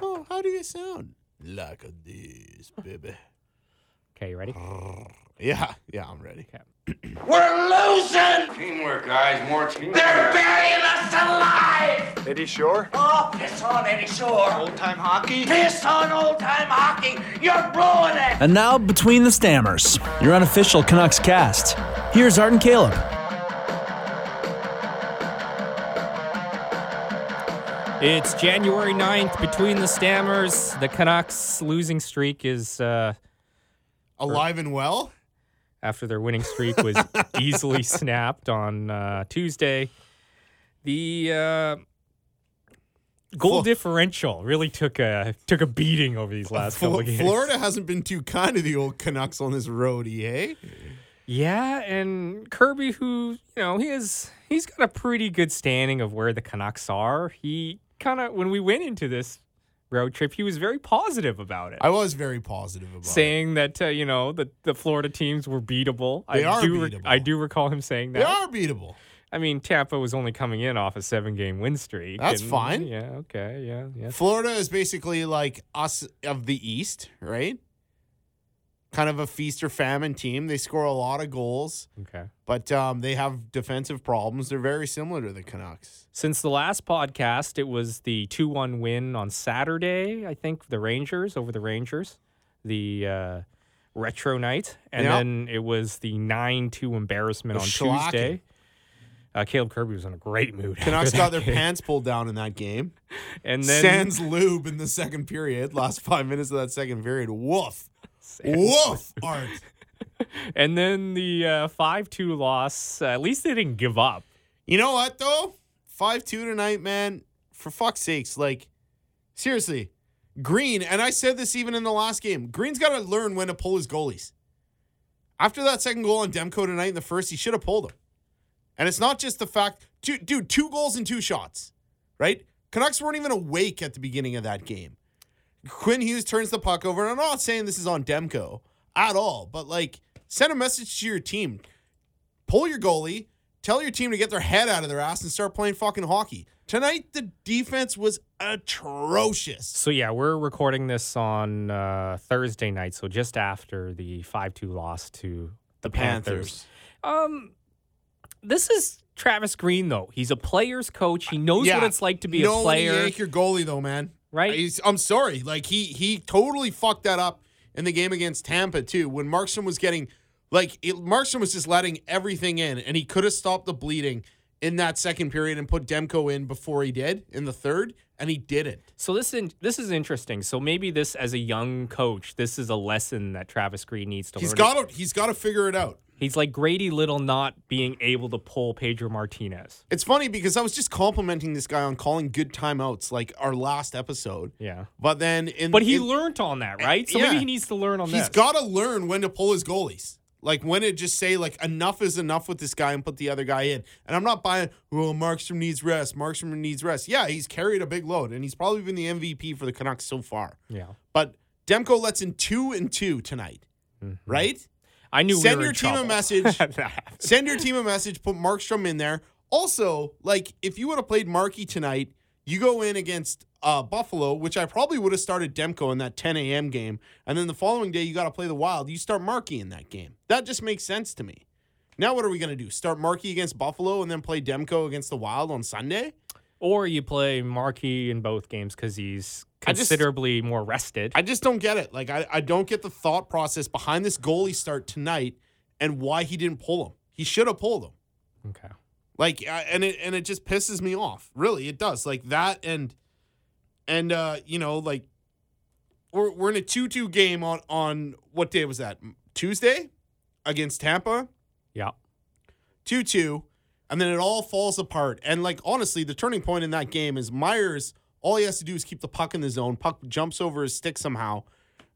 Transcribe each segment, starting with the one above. Oh, do you sound? Like a this, baby. Okay, you ready? Yeah, yeah, I'm ready. We're losing! Teamwork, guys, more teamwork. They're burying us alive! Eddie Shore? Oh, piss on Eddie Shore! Old time hockey? Piss on old time hockey! You're blowing it! And now, Between the Stammers, your unofficial Canucks cast. Here's Art and Caleb. It's January 9th between the Stammers. The Canucks losing streak is uh, Alive and well? after their winning streak was easily snapped on uh, Tuesday. The uh, Flo- goal differential really took a took a beating over these last Flo- couple of games. Florida hasn't been too kind to the old Canucks on this road, eh? Yeah, and Kirby, who you know, he is he's got a pretty good standing of where the Canucks are. He kind of when we went into this road trip, he was very positive about it, I was very positive about it. saying that uh, you know that the Florida teams were beatable. They I are do I beatable. do recall him saying that. They are beatable. I mean, Tampa was only coming in off a seven-game win streak. That's fine. Yeah. Okay. Yeah. Yeah. Florida is basically like us of the East, right? Kind of a feast or famine team. They score a lot of goals, Okay. but um, they have defensive problems. They're very similar to the Canucks. Since the last podcast, it was the 2 1 win on Saturday, I think, the Rangers over the Rangers, the uh, retro night. And Yeah. then it was the 9 2 embarrassment The on shellacking. Tuesday. Uh, Caleb Kirby was in a great mood. after Canucks that got their game. pants pulled down in that game. And then Sans lube in the second period. Last five minutes of that second period. Woof. Woof. Art. and then the 5 2 loss. Uh, at least they didn't give up. You know what though? Five two tonight, man. For fuck's sakes, like seriously, Green. And I said this even in the last game. Green's got to learn when to pull his goalies. After that second goal on Demko tonight in the first, he should have pulled him. And it's not just the fact, two, dude, two goals and two shots, right? Canucks weren't even awake at the beginning of that game. Quinn Hughes turns the puck over, and I'm not saying this is on Demko at all, but like send a message to your team pull your goalie, tell your team to get their head out of their ass and start playing fucking hockey. Tonight the defense was atrocious. So, yeah, we're recording this on uh, Thursday night. So, just after the 5 2 loss to the, Panthers. Um, this is Travis Green though. He's a player's coach. He knows what Yeah. it's like to be no a one to player. yank your goalie though, man. Right. He's- I'm sorry. Like he he totally fucked that up in the game against Tampa too. When Markstrom was getting like it, Markstrom was just letting everything in, and he could have stopped the bleeding in that second period and put Demko in before he did in the third, and he didn't. so this in, this is interesting. So maybe this as a young coach, this is a lesson that Travis Green needs to He's learn. got to he's got to figure it out. He's like Grady Little not being able to pull Pedro Martinez. It's funny because I was just complimenting this guy on calling good timeouts like our last episode. Yeah. But then in But he in, learned on that, right? So yeah. maybe he needs to learn on he's this. got to learn when to pull his goalies. Like when to just say like enough is enough with this guy and put the other guy in. And I'm not buying. Well, Markstrom needs rest. Markstrom needs rest. Yeah, he's carried a big load and he's probably been the MVP for the Canucks so far. yeah. But Demko lets in two and two tonight, right? I knew Send we were your in team a trouble. message. That- Send your team a message. Put Markstrom in there. Also, like if you would have played Markey tonight, you go in against uh, Buffalo, which I probably would have started Demko in that 10 a.m. game, and then the following day you got to play the Wild. You start Markey in that game. That just makes sense to me. Now what are we gonna do? Start Markey against Buffalo and then play Demko against the Wild on Sunday? or you play Markey in both games because he's I just- considerably more rested. I just don't get it. Like I, I don't get the thought process behind this goalie start tonight and why he didn't pull him. He should have pulled him. okay. like I- and it and it just pisses me off really it does like that and and uh you know like we're, we're in a 2-2 game on on what day was that tuesday against tampa Yeah. 2-2 and then it all falls apart and like honestly the turning point in that game is myers all he has to do is keep the puck in the zone puck jumps over his stick somehow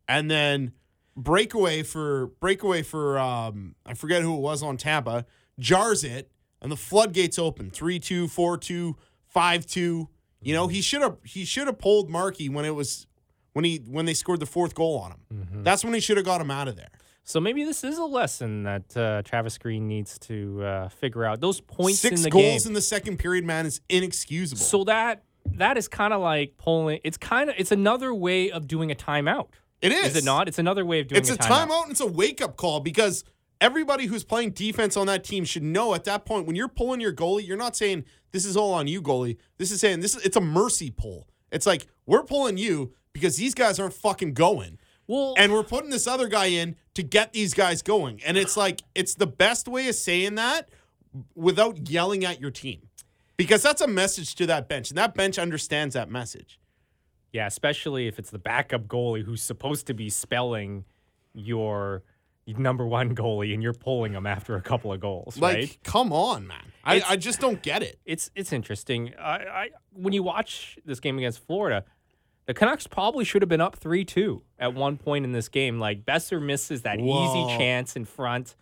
and then breakaway for breakaway for um I forget who it was on Tampa jars it and the floodgates open 3-2 4-2 5-2 you know he should have he should have pulled Markey when it was when he when they scored the fourth goal on him that's when he should have got him out of there So maybe this is a lesson that uh, Travis Green needs to uh, figure out those points six in the goals game. in the second period man is inexcusable so that that is kind of like polling. It's kind of it's another way of doing a timeout. It is. Is it not? It's another way of doing It's a, a timeout and it's a wake up call because everybody who's playing defense on that team should know at that point when you're pulling your goalie, you're not saying this is all on you, goalie. This is saying this is it's a mercy pull. It's like we're pulling you because these guys aren't fucking going. Well, And we're putting this other guy in to get these guys going. And it's like it's the best way of saying that without yelling at your team. Because that's a message to that bench. And that bench understands that message. yeah, especially if it's the backup goalie who's supposed to be spelling your number one goalie and you're pulling him after a couple of goals, Like, right? come on, man. I, It's- I just don't get it. It's it's interesting. I, I when you watch this game against Florida, the Canucks probably should have been up three two at one point in this game. Like Besser misses that Whoa. easy chance in front.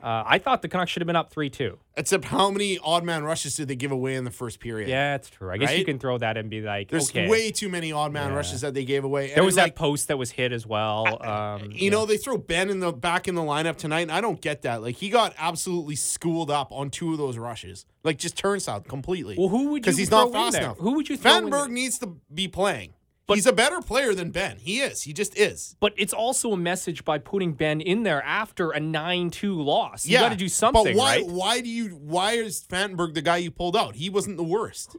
Uh, I thought the Canucks should have been up three two. Except how many odd man rushes did they give away in the first period? Yeah, it's true. I guess you Right? can throw that and be like, There's okay. way too many odd man Yeah. rushes that they gave away. there And was then, that post that was hit as well. Um, like, you know, they throw Ben in the back in the lineup tonight, and I don't get that. Like he got absolutely schooled up on two of those rushes. Like just turns out completely. Well, who would you Because he's not throw in fast there? enough. Who would you throw in Vandenberg there? needs to be playing. But- he's a better player than Ben. He is. He just is. But it's also a message by putting Ben in there after a 9 2 loss. You yeah. got to do something, But why? right? Why do you? Why is Vandenberg the guy you pulled out? He wasn't the worst.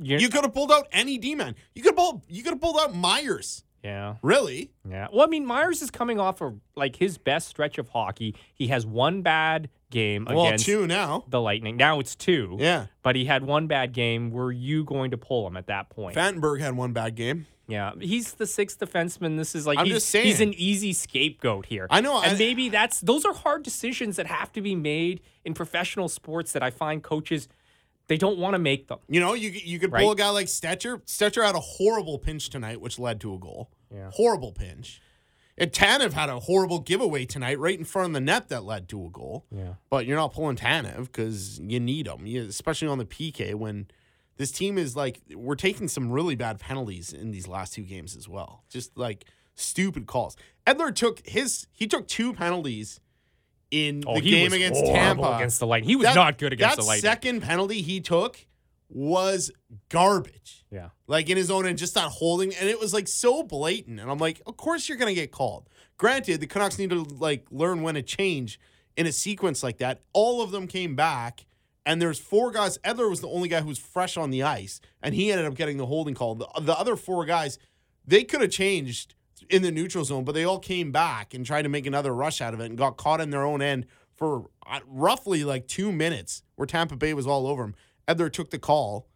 You're- You could have pulled out any D man. You could pull. You could have pulled out Myers. yeah. Really? Yeah. Well, I mean, Myers is coming off of like his best stretch of hockey. He has one bad game Well, against two now. the Lightning. Now it's two. Yeah. But he had one bad game. Were you going to pull him at that point? Vandenberg had one bad game. yeah. He's the sixth defenseman. This is like I'm he's, just saying. he's an easy scapegoat here. I know, And I- maybe that's those are hard decisions that have to be made in professional sports that I find coaches they don't want to make them. You know, you you could pull Right. a guy like Stetcher. Stetcher had a horrible pinch tonight, which led to a goal. Yeah. Horrible pinch. And Tanev had a horrible giveaway tonight, right in front of the net, that led to a goal. Yeah. But you're not pulling Tanev because you need him, you, especially on the PK when this team is like we're taking some really bad penalties in these last two games as well. Just like stupid calls. Edler took his he took two penalties in the Oh, he game was against horrible Tampa against the Lightning. He was that- not good against that the Lightning. second penalty he took was garbage. yeah. Like in his own end, just that holding, and it was like so blatant. And I'm like, of course you're gonna get called. Granted, the Canucks need to like learn when to change in a sequence like that. All of them came back, and there's four guys. Edler was the only guy who was fresh on the ice, and he ended up getting the holding call. The, the other four guys, they could have changed in the neutral zone, but they all came back and tried to make another rush out of it and got caught in their own end for uh, roughly like two minutes, where Tampa Bay was all over him. Edler took the call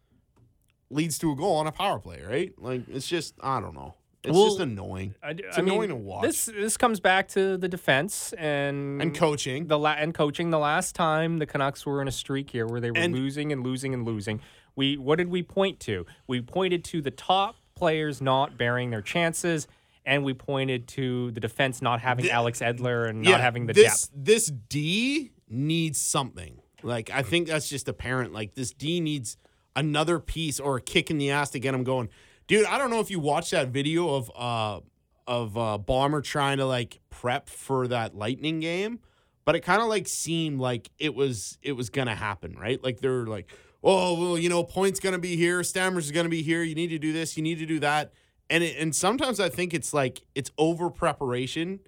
leads to a goal on a power play, right? Like it's just I don't know. It's Well, just annoying. I, d- It's I mean, annoying to watch. This this comes back to the defense and And coaching. the la- and coaching. The last time the Canucks were in a streak here where they were And- losing and losing and losing, we what did we point to? We pointed to the top players not bearing their chances, and we pointed to the defense not having Alex Edler and not having the this, depth. This D needs something. Like I think that's just apparent. Like this D needs another piece or a kick in the ass to get him going. Dude, I don't know if you watched that video of uh of uh Bomber trying to like prep for that lightning game, but it kind of like seemed like it was it was gonna happen, right? Like they're like, oh well, you know, points gonna be here, stammers is gonna be here, you need to do this, you need to do that. And, it, and sometimes I think it's like it's over preparation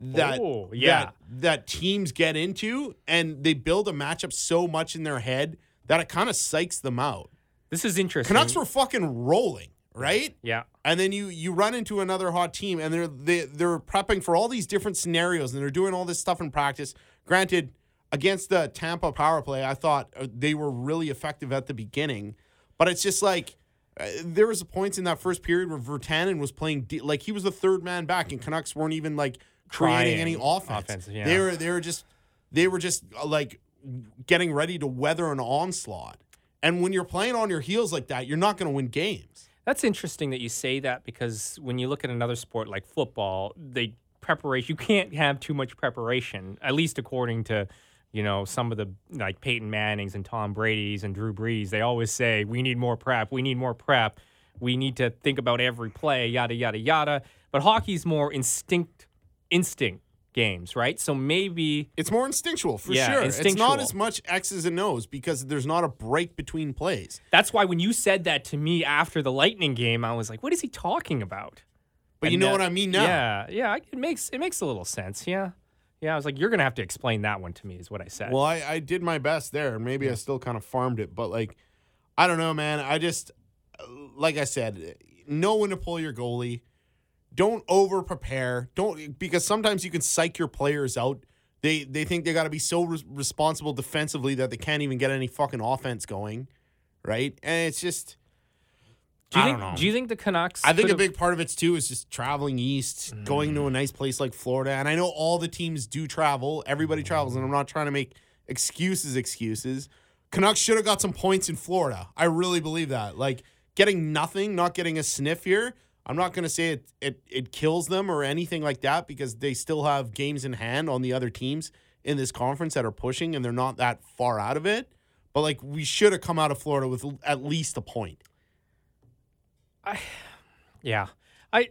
that Oh, that- yeah. that, teams get into and they build a matchup so much in their head that it kind of psychs them out. This is interesting. Canucks were fucking rolling, right? yeah. And then you you run into another hot team and they're they, they're prepping for all these different scenarios and they're doing all this stuff in practice. Granted, against the Tampa power play, I thought uh, they were really effective at the beginning, but it's just like uh, there was points in that first period where Vertanen was playing de- like he was the third man back and Canucks weren't even like creating Trying any offense. offense, yeah. They were they were just they were just uh, like getting ready to weather an onslaught. And when you're playing on your heels like that, you're not going to win games. That's interesting that you say that because when you look at another sport like football, they preparation you can't have too much preparation, at least according to you know some of the like Peyton Mannings and Tom Brady's and Drew Brees. They always say we need more prep, we need more prep, we need to think about every play, yada yada yada. But hockey's more instinct, instinct games, right? So maybe It's more instinctual for Yeah, sure. It's not instinctual. as much X's and O's because there's not a break between plays. that's why when you said that to me after the Lightning game, I was like, what is he talking about? But you And know that- what I mean now. Yeah, yeah, I- it makes it makes a little sense. Yeah, yeah. I was like, you're gonna have to explain that one to me, is what I said. Well, I, I did my best there, and maybe I still kind of farmed it, but like, I don't know, man. I just, like I said, know when to pull your goalie. Don't over prepare. Don't because sometimes you can psych your players out. They they think they got to be so res- responsible defensively that they can't even get any fucking offense going, right? And it's just, do you I think don't know. do you think the Canucks? I think a could've- big part of it's too is just traveling east, going to a nice place like Florida. And I know all the teams do travel. Everybody travels, and I'm not trying to make excuses, excuses. Canucks should have got some points in Florida. I really believe that. Like getting nothing, not getting a sniff here. I'm not going to say it, it it kills them or anything like that because they still have games in hand on the other teams in this conference that are pushing and they're not that far out of it. But like we should have come out of Florida with l- at least a point. Yeah, I.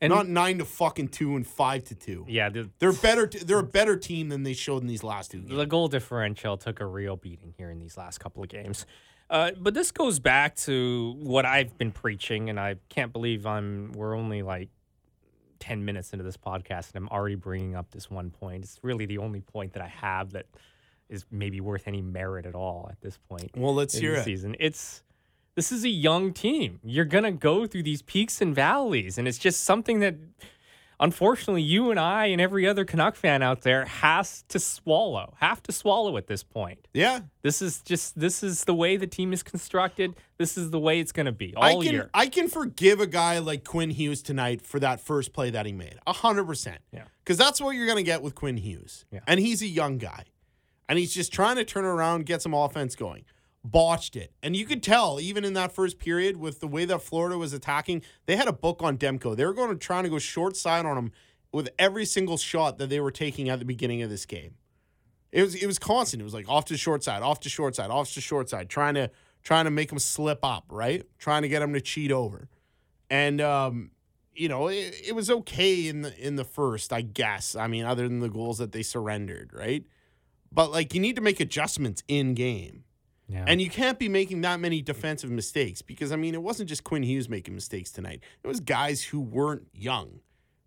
And not 9 to fucking 2 and 5 to 2. yeah, the, They're better. T- they're a better team than they showed in these last two games. the goal differential took a real beating here in these last couple of games. Uh, but this goes back to what I've been preaching, and I can't believe I'm. We're only like ten minutes into this podcast, and I'm already bringing up this one point. It's really the only point that I have that is maybe worth any merit at all at this point. Well, let's in hear the it. season. It's this is a young team. You're gonna go through these peaks and valleys, and it's just something that, unfortunately, you and I and every other Canuck fan out there has to swallow. Have to swallow at this point. Yeah, This is just this is the way the team is constructed. This is the way it's gonna be all I can. year. I can forgive a guy like Quinn Hughes tonight for that first play that he made. A hundred percent. Yeah. Because that's what you're gonna get with Quinn Hughes. Yeah. And he's a young guy, and he's just trying to turn around, get some offense going. Botched it, and you could tell even in that first period with the way that Florida was attacking. They had a book on Demko. They were going to trying to go short side on him with every single shot that they were taking at the beginning of this game. It was it was constant. It was like off to the short side, off to short side, off to short side, trying to trying to make him slip up, right? Trying to get him to cheat over, and um, you know it, it was okay in the in the first, I guess. I mean, other than the goals that they surrendered, right? But like you need to make adjustments in game, yeah. and you can't be making that many defensive mistakes because I mean it wasn't just Quinn Hughes making mistakes tonight. It was guys who weren't young.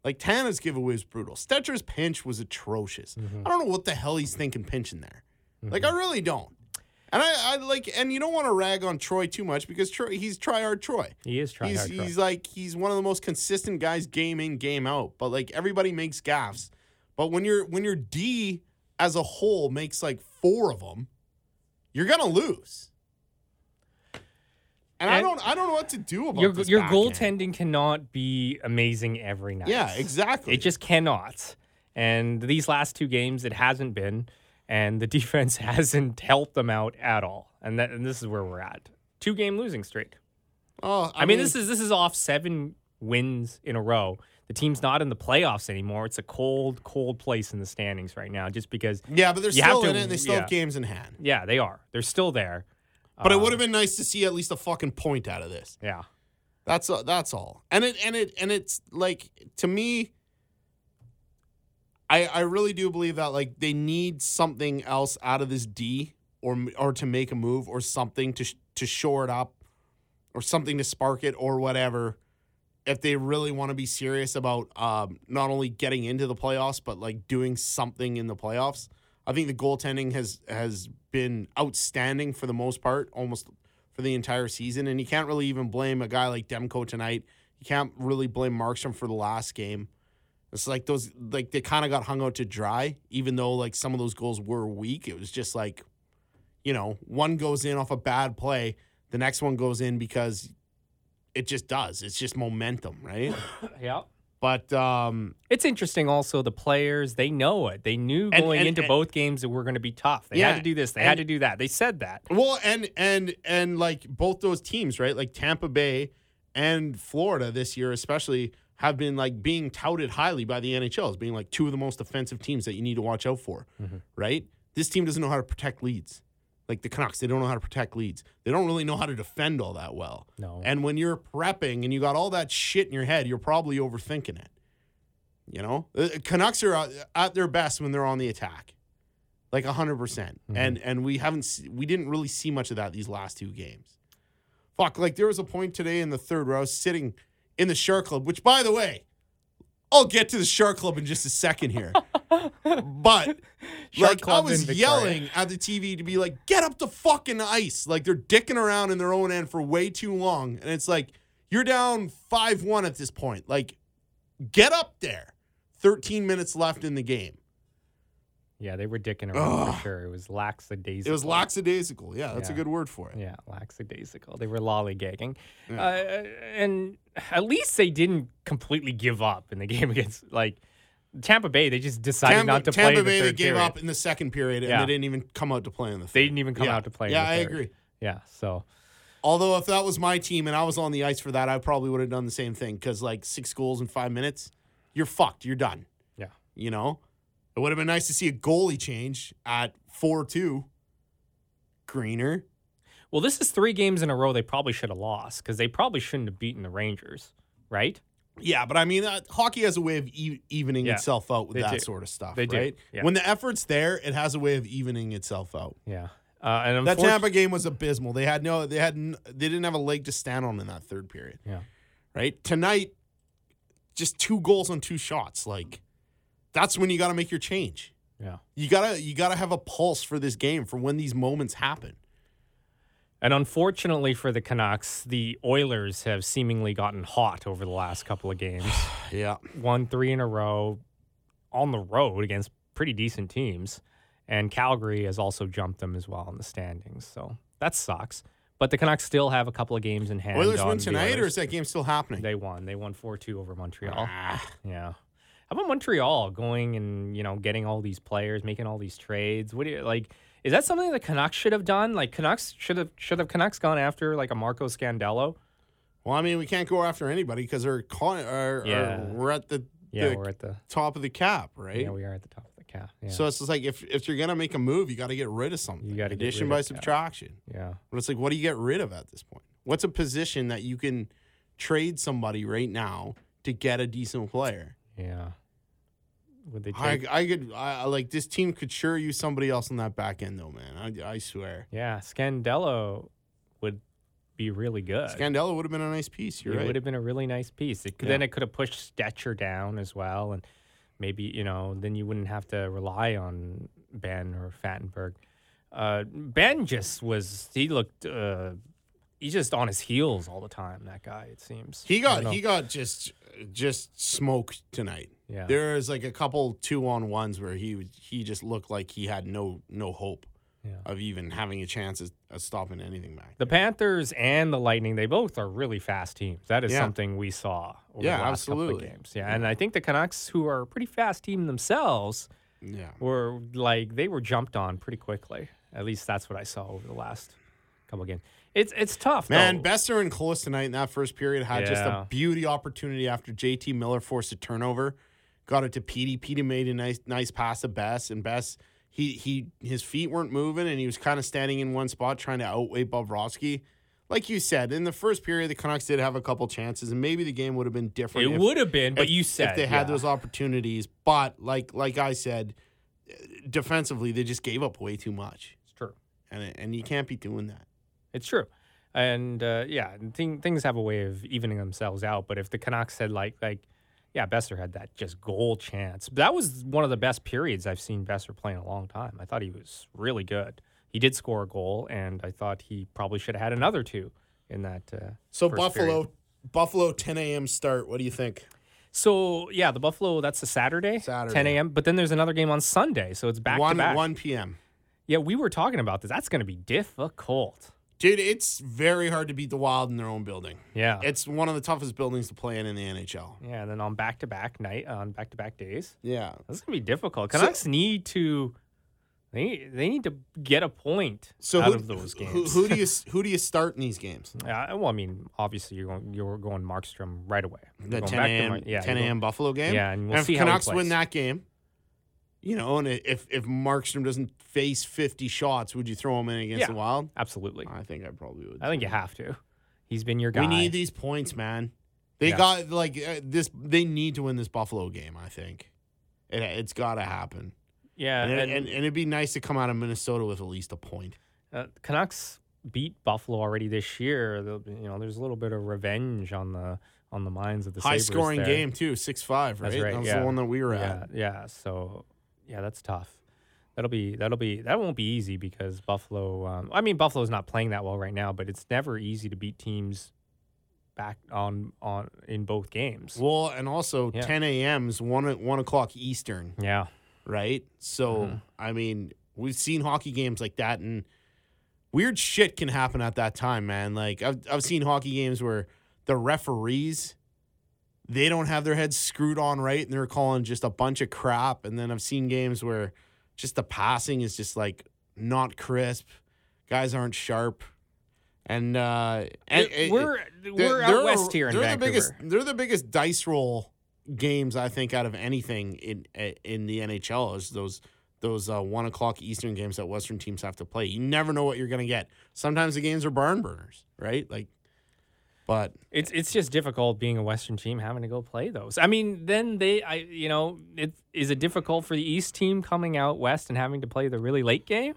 Like Tana's giveaway was brutal. Stetcher's pinch was atrocious. I don't know what the hell he's thinking pinching there. Like I really don't. And I, I like and you don't want to rag on Troy too much because Troy he's try hard Troy. he is trying He's, hard. Troy. he's like he's one of the most consistent guys game in game out. But like everybody makes gaffes. But when your when your D as a whole makes like four of them, you're gonna lose. And, I And- don't I don't know what to do about your this your back end. goaltending cannot be amazing every night. Yeah, exactly. It just cannot. And these last two games, it hasn't been, and the defense hasn't helped them out at all. And that and this is where we're at. Two game losing streak. oh, I, mean, this is this is off seven wins in a row. The team's not in the playoffs anymore. It's a cold, cold place in the standings right now, just because. yeah, but they're you have still to- in it and they still yeah. Uh, have games in hand. Yeah, they are. They're still there. Um, But it would have been nice to see at least a fucking point out of this. Yeah. That's uh, that's all. And it and it and it's like to me I I really do believe that like they need something else out of this D or m- or to make a move or something to sh- to shore it up or something to spark it or whatever if they really want to be serious about um, not only getting into the playoffs but like doing something in the playoffs. I think the goaltending has has been outstanding for the most part, almost for the entire season, and you can't really even blame a guy like Demko tonight. You can't really blame Markstrom for the last game. It's like those like they kind of got hung out to dry, even though like some of those goals were weak. It was just like, you know, one goes in off a bad play, the next one goes in because it just does. It's just momentum, right? Yeah. but um It's interesting. Also, the players they know it. They knew And- going and- into and- both games that we're going to be tough. They Yeah, had to do this. They and- had to do that. They said that. Well, and and and like both those teams, right? Like Tampa Bay and Florida this year, especially, have been like being touted highly by the NHL as being like two of the most offensive teams that you need to watch out for, right? This team doesn't know how to protect leads. Like the Canucks, they don't know how to protect leads. They don't really know how to defend all that well. No. And when you're prepping and you got all that shit in your head, you're probably overthinking it. You know, the Canucks are at- at their best when they're on the attack, like 100%. percent And and we haven't se- we didn't really see much of that these last two games. Fuck, like there was a point today in the third where I was sitting in the Shark Club, which by the way, I'll get to the Shark Club in just a second here. but Shark like Club I in was Victoria. yelling at the TV to be like, get up the fucking ice. Like they're dicking around in their own end for way too long. And it's like, you're down 5 1 at this point. Like, get up there. 13 minutes left in the game. Yeah, they were dicking around for Ugh. sure. It was lackadaisical. It was lackadaisical. Yeah, that's Yeah. a good word for it. Yeah, lackadaisical. They were lollygagging. Uh, and at least they didn't completely give up in the game against, like, Tampa Bay. They just decided Tampa, not to Tampa play in the Bay third they gave period. up in the second period, Yeah. and they didn't even come out to play in the. Third. They didn't even come Yeah. out to play in Yeah, the I third. agree. Yeah, so Although if that was my team and I was on the ice for that, I probably would have done the same thing because like six goals in five minutes, you're fucked. You're done. Yeah. You know, it would have been nice to see a goalie change at four two. Greener. well, this is three games in a row they probably should have lost because they probably shouldn't have beaten the Rangers, right? Yeah, but I mean, uh, hockey has a way of e- evening Yeah, itself out with they that do. sort of stuff, They do, right? yeah. When the effort's there, it has a way of evening itself out. Yeah, uh, and That unfortunately- Tampa game was abysmal. They had no, they had, n- they didn't have a leg to stand on in that third period. Yeah. Right tonight, just two goals on two shots. Like that's when you got to make your change. Yeah. You gotta, you gotta have a pulse for this game for when these moments happen. And unfortunately for the Canucks, the Oilers have seemingly gotten hot over the last couple of games. Yeah. Won three in a row on the road against pretty decent teams. And Calgary has also jumped them as well in the standings. So that sucks. But the Canucks still have a couple of games in hand. Oilers on win the tonight, or Oilers. is that game still happening? They won. They won 4 2 over Montreal. Ah, Yeah. How about Montreal going and, you know, getting all these players, making all these trades? What do you like is that something the Canucks should have done? Like Canucks should have should have Canucks gone after like a Marco Scandello? well, I mean, we can't go after anybody because our, con- our, Yeah. our we're at the, Yeah, the we're at the top of the cap, right? Yeah, we are at the top of the cap. Yeah. So it's just like if if you're gonna make a move, you got to get rid of something. You gotta get addition rid by of- yeah. subtraction. yeah. But it's like, what do you get rid of at this point? What's a position that you can trade somebody right now to get a decent player? Yeah. Would they I, take I could, I I- like this team could sure use somebody else on that back end though, man. I, I swear, Yeah, Scandello would be really good. Scandella would have been a nice piece. You're it would right. have been a really nice piece. It, could Then it could have pushed Stetcher down as well, and maybe you know then you wouldn't have to rely on Ben or Fattenberg. Uh, ben just was he looked uh, he's just on his heels all the time. That guy, it seems. He I got don't he know. got just just smoked tonight. Yeah. There was like a couple two on ones where he was- he just looked like he had no no hope Yeah. of even having a chance of, of stopping anything back. The Panthers and the Lightning, they both are really fast teams. That is Yeah. something we saw over Yeah, the last couple absolutely. of games. Yeah, and I think the Canucks, who are a pretty fast team themselves, Yeah. were like they were jumped on pretty quickly. At least that's what I saw over the last couple of games. It's it's tough, Man, though. Besser and Close tonight in that first period had just Oh. Yeah. a beauty opportunity after JT Miller forced a turnover, got it to Petey. Petey made a nice nice pass to Bess, and Bess he he his feet weren't moving and he was kind of standing in one spot trying to outweigh Bobrovsky. Like you said, in the first period, the Canucks did have a couple chances, and maybe the game would have been different. it if- would have been, but if- you said if they had yeah. those opportunities. But like like I said, defensively they just gave up way too much, It's true. and and you can't be doing that. It's true. And uh, yeah, and thing, things have a way of evening themselves out. But if the Canucks had like like yeah, Besser had that just goal chance. That was one of the best periods I've seen Besser play in a long time. I thought he was really good. He did score a goal, and I thought he probably should have had another two in that. Uh, So first Buffalo, period. Buffalo, 10 a.m. start. What do you think? So yeah, the Buffalo. That's a Saturday, Saturday. 10 a.m. But then there's another game on Sunday, so it's back one to back. one p.m. Yeah, we were talking about this. That's going to be difficult. Dude, it's very hard to beat the Wild in their own building. Yeah. It's one of the toughest buildings to play in in the NHL. yeah, and then on back to back night on back to back days. Yeah, That's gonna be difficult. Canucks need to they they need to get a point So out who, of those games. who, who do you who do you start in these games? Uh, well, I mean, obviously you're going you're going Markstrom right away. You're The going 10 back to a.m. Mar- yeah, 10 you're a.m. going- Buffalo game. Yeah, and we'll if see how he Canucks plays. win that game, you know, and if if Markstrom doesn't face 50 shots, would you throw him in against Yeah. the Wild? Absolutely, I think I probably would. I think you have to. He's been your guy. We need these points, man. They Yeah. got like uh, this. They need to win this Buffalo game. I think it, it's got to happen. Yeah, And, it- and, and, and it'd be nice to come out of Minnesota with at least a point. uh, Canucks beat Buffalo already this year. They'll be- You know, there's a little bit of revenge on the on the minds of the High Sabres scoring there. game too, six five. Right, That's right, that was yeah. the one that we were Yeah, at. yeah. So, yeah, that's tough. That'll be that'll be that won't be easy because Buffalo. Um, I mean, Buffalo's not playing that well right now, but it's never easy to beat teams back on on in both games. Well, and also Yeah. 10 a.m.'s one o- one o'clock Eastern. yeah, right? So Uh-huh. I mean, we've seen hockey games like that, and weird shit can happen at that time, man. Like I've I've seen hockey games where the referees they don't have their heads screwed on right, and they're calling just a bunch of crap. And then I've seen games where just the passing is just like not crisp, guys aren't sharp, and uh, and it- we're they're- we're they're out a- west here in they're The Vancouver. biggest, they're the biggest dice roll games I think out of anything in eh, in the NHL is those those uh, one o'clock Eastern games that Western teams have to play. You never know what you're gonna get. Sometimes the games are barn burners, right? Like, but It's it's just difficult being a Western team having to go play those. I mean, then they, I you know, it is it difficult for the East team coming out West and having to play the really late game?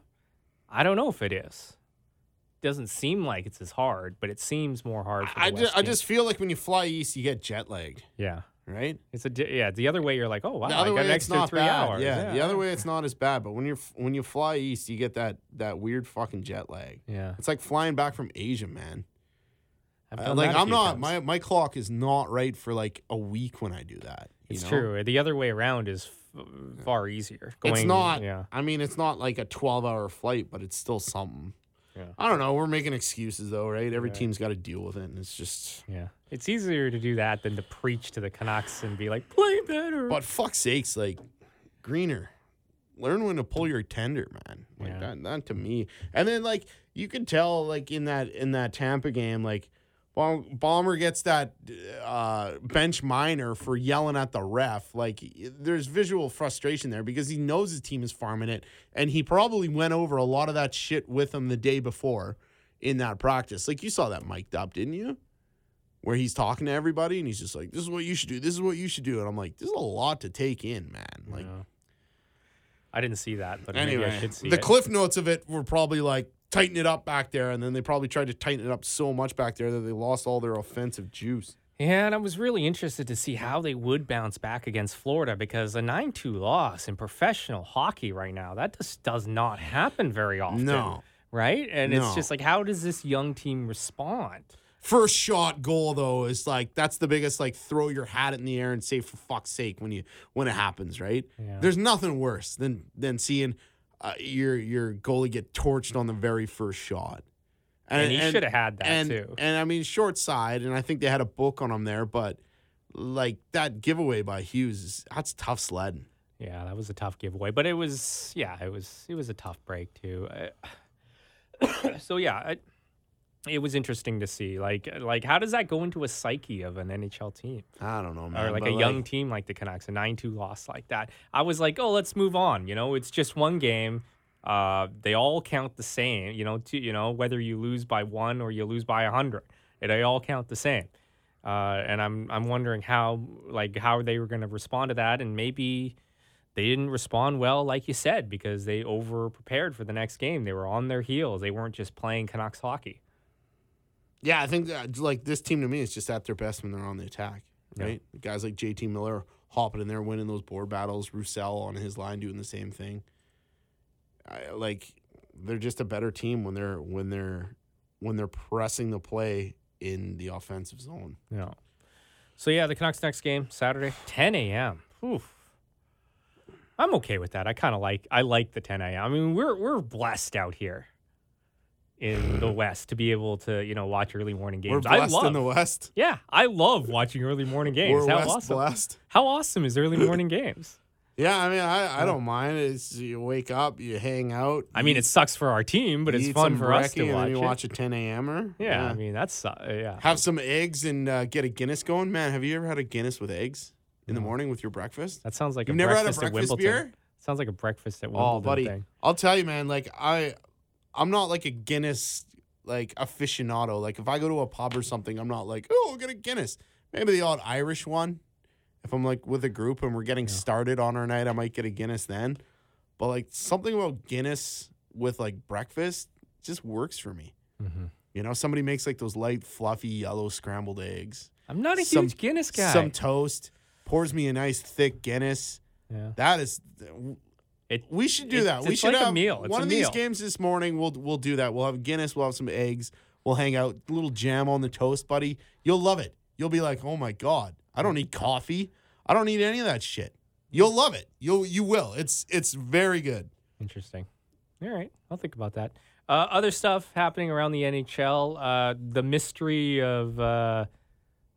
I don't know if it is. Doesn't seem like it's as hard, but it seems more hard. For the I, West ju- I team. just feel like when you fly east, you get jet lagged, yeah, right? it's a di- yeah. The other way, you're like, oh wow, the I other got way an it's extra not three bad. hours. Yeah, the other way it's not as bad. But when you're f- when you fly east, you get that that weird fucking jet lag. yeah. It's like flying back from Asia, man. I've Uh, done like that a I'm few not times. my my clock is not right for like a week when I do that. you It's know? true. The other way around is f- far easier. Going, It's not. Yeah, I mean, it's not like a 12 hour flight, but it's still something. Yeah. I don't know. We're making excuses though, right? Every Yeah. team's got to deal with it, and it's just. yeah. It's easier to do that than to preach to the Canucks and be like, play better. But fuck's sakes, like Greener, learn when to pull your tender, man. Like Yeah. that, that to me. And then like you could tell, like in that in that Tampa game, like Bal- Balmer gets that uh, bench minor for yelling at the ref. Like there's visual frustration there because he knows his team is farming it, and he probably went over a lot of that shit with him the day before in that practice. Like you saw that mic'd up, didn't you? where he's talking to everybody and he's just like, "This is what you should do. This is what you should do." And I'm like, "This is a lot to take in, man." Like, Yeah. I didn't see that, but maybe I anyway, should see the it. cliff notes of it were probably like tighten it up back there, and then they probably tried to tighten it up so much back there that they lost all their offensive juice. yeah, and I was really interested to see how they would bounce back against Florida because a 9 2 loss in professional hockey right now, that just does not happen very often. No. Right? And it's No. just like, how does this young team respond? First shot goal though is like that's the biggest like throw your hat in the air and say for fuck's sake when you when it happens right. Yeah. There's nothing worse than than seeing uh, your your goalie get torched on the very first shot. And, he should have had that and, too. And I mean, short side, and I think they had a book on him there, but like that giveaway by Hughes, is, that's tough sledding. yeah, that was a tough giveaway, but it was, yeah, it was, it was a tough break too. I- so yeah, I, it was interesting to see. Like, like how does that go into a psyche of an NHL team? I don't know, man. or like but, a young team like the Canucks, a 9 2 loss like that. I was like, oh, let's move on. You know, it's just one game. Uh, they all count the same, you know, to, you know, whether you lose by one or you lose by a 100, they all count the same. Uh, and I'm I'm wondering how like how they were going to respond to that, and maybe they didn't respond well, like you said, because they over prepared for the next game. They were on their heels. They weren't just playing Canucks hockey. yeah, I think that, like this team to me is just at their best when they're on the attack, right? The guys like JT Miller hopping in there, winning those board battles, Roussel on his line doing the same thing. I, like they're just a better team when they're when they're when they're pressing the play in the offensive zone. No. So yeah, the Canucks next game Saturday, 10 a.m. Oof. I'm okay with that. I kind of like I like the 10 a.m. I mean, we're we're blessed out here in the West to be able to you know watch early morning games. We're I blessed love. in the West. yeah, I love watching early morning games. We're How West awesome! blessed. How awesome is early morning games? Yeah, I mean, I, I don't mind. It's you wake up, you hang out. I mean, you it sucks for our team, but it's eat fun some for us brekkie, to and watch. then you it. watch a 10 a.m.er. yeah, I mean that's uh, yeah. have some eggs and uh, get a Guinness going. Man, have you ever had a Guinness with eggs in the morning with your breakfast? That sounds like You've a never had a breakfast at breakfast Wimbledon. beer? Sounds like a breakfast at Wimbledon Oh, buddy, thing. I'll tell you, man. Like I, I'm not like a Guinness like aficionado. Like if I go to a pub or something, I'm not like, oh, I'll get a Guinness. Maybe the odd Irish one. If I'm like with a group and we're getting started on our night, I might get a Guinness then. But like something about Guinness with like breakfast just works for me. Mhm. You know, somebody makes like those light, fluffy, yellow scrambled eggs, I'm not a Some- huge Guinness guy. some toast, pours me a nice thick Guinness. yeah. That is, It- we should do it- that. we it's should like a have meal. It's one a of these meal. games this morning. We'll we'll do that. We'll have Guinness. We'll have some eggs. We'll hang out. Little jam on the toast, buddy. You'll love it. You'll be like, oh my god, I don't need coffee. I don't need any of that shit. You'll love it. You'll you will. It's it's very good. Interesting. All right, I'll think about that. Uh, other stuff happening around the NHL: uh, the mystery of uh,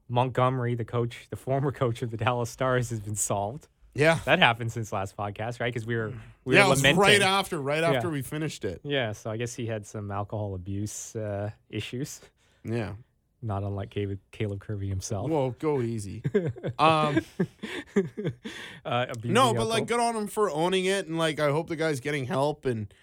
Montgomery, the coach, the former coach of the Dallas Stars, has been solved. Yeah. That happened since last podcast, right? Because we were we yeah. were It was lamenting. right after. Right Yeah. after we finished it. yeah, so I guess he had some alcohol abuse uh, issues, Yeah. not unlike Caleb, Caleb Kirby himself. Whoa. Go easy. um. uh, abusing No, but like alcohol. good on him for owning it, and like I hope the guy's getting help, and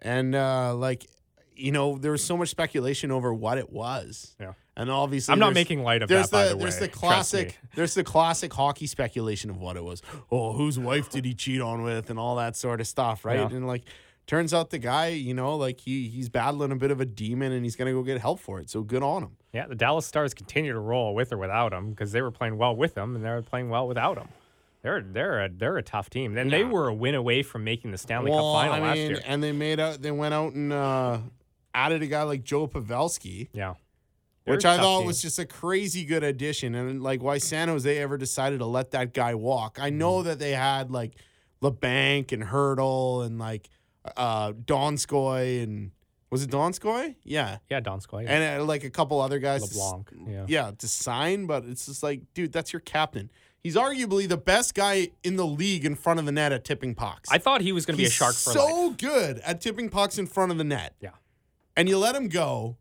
and uh like you know there was so much speculation over what it was. Yeah. and obviously I'm not there's- making light of There's that. the, by the way, there's the trust me. classic there's the classic hockey speculation of what it was. Oh, whose wife did he cheat on with, and all that sort of stuff, right? Yeah. And like turns out the guy, you know, like he he's battling a bit of a demon, and he's gonna go get help for it. So good on him. Yeah, the Dallas Stars continue to roll with or without him because they were playing well with him and they were playing well without him. They're they're a, they're a tough team. And they were a win away from making the Stanley Cup final last year. and they made out they went out and uh added a guy like Joe Pavelski. Yeah. They're which I a tough thought team. was just a crazy good addition. And like, why San Jose ever decided to let that guy walk? I know Mm-hmm. that they had like LeBanc and Hurdle and like uh, Donskoy and was it Donskoy? Yeah, yeah, Donskoy. And and uh, like a couple other guys. to s- LeBlanc. Yeah. yeah, to sign, but it's just like, dude, that's your captain. He's arguably the best guy in the league in front of the net at tipping pucks. I thought he was going to be a He's shark for so life. good at tipping pucks in front of the net. Yeah. And you let him go.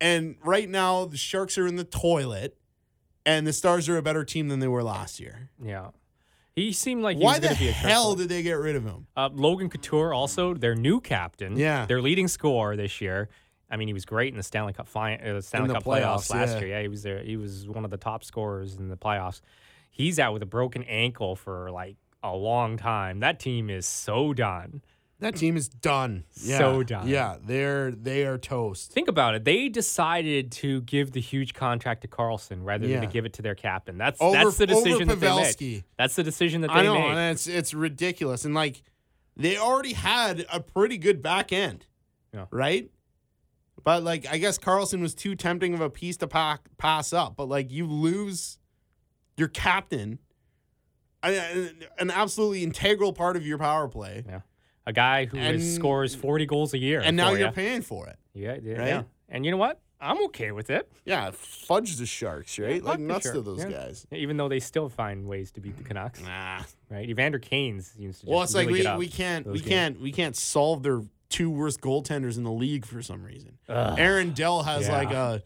And right now the Sharks are in the toilet and the Stars are a better team than they were last year. Yeah. He seemed like he Why was the going to be a shark for hell life. did they get rid of him? Uh, Logan Couture, also their new captain. Yeah. Their leading scorer this year. I mean, he was great in the Stanley Cup final, uh, Stanley the Cup playoffs, playoffs, last yeah. year. Yeah, he was there. He was one of the top scorers in the playoffs. He's out with a broken ankle for like a long time. That team is so done. That team is done. So done. Yeah, they're they are toast. Think about it. They decided to give the huge contract to Carlson rather than Yeah. to give it to their captain. That's Over- that's the over decision that they Pavelski. made. That's the decision that they I know, made. and it's it's ridiculous. And like they already had a pretty good back end. Yeah. Right? But like I guess Carlson was too tempting of a piece to pack, pass up. But like you lose your captain, an, an absolutely integral part of your power play, yeah. A guy who And- is, scores 40 goals a year. and now for you're ya. paying for it. Yeah, yeah, Right? yeah. And you know what? I'm okay with it. Yeah, fudge the sharks, right? fuck like the nuts to Sharks, those yeah. guys. Even though they still find ways to beat the Canucks, Nah. right? Evander Kane seems to. Just Mm-hmm. Well, it's really get like up we, we can't those we games. can't we can't solve their two worst goaltenders in the league for some reason. Aaron Dell has Yeah. like a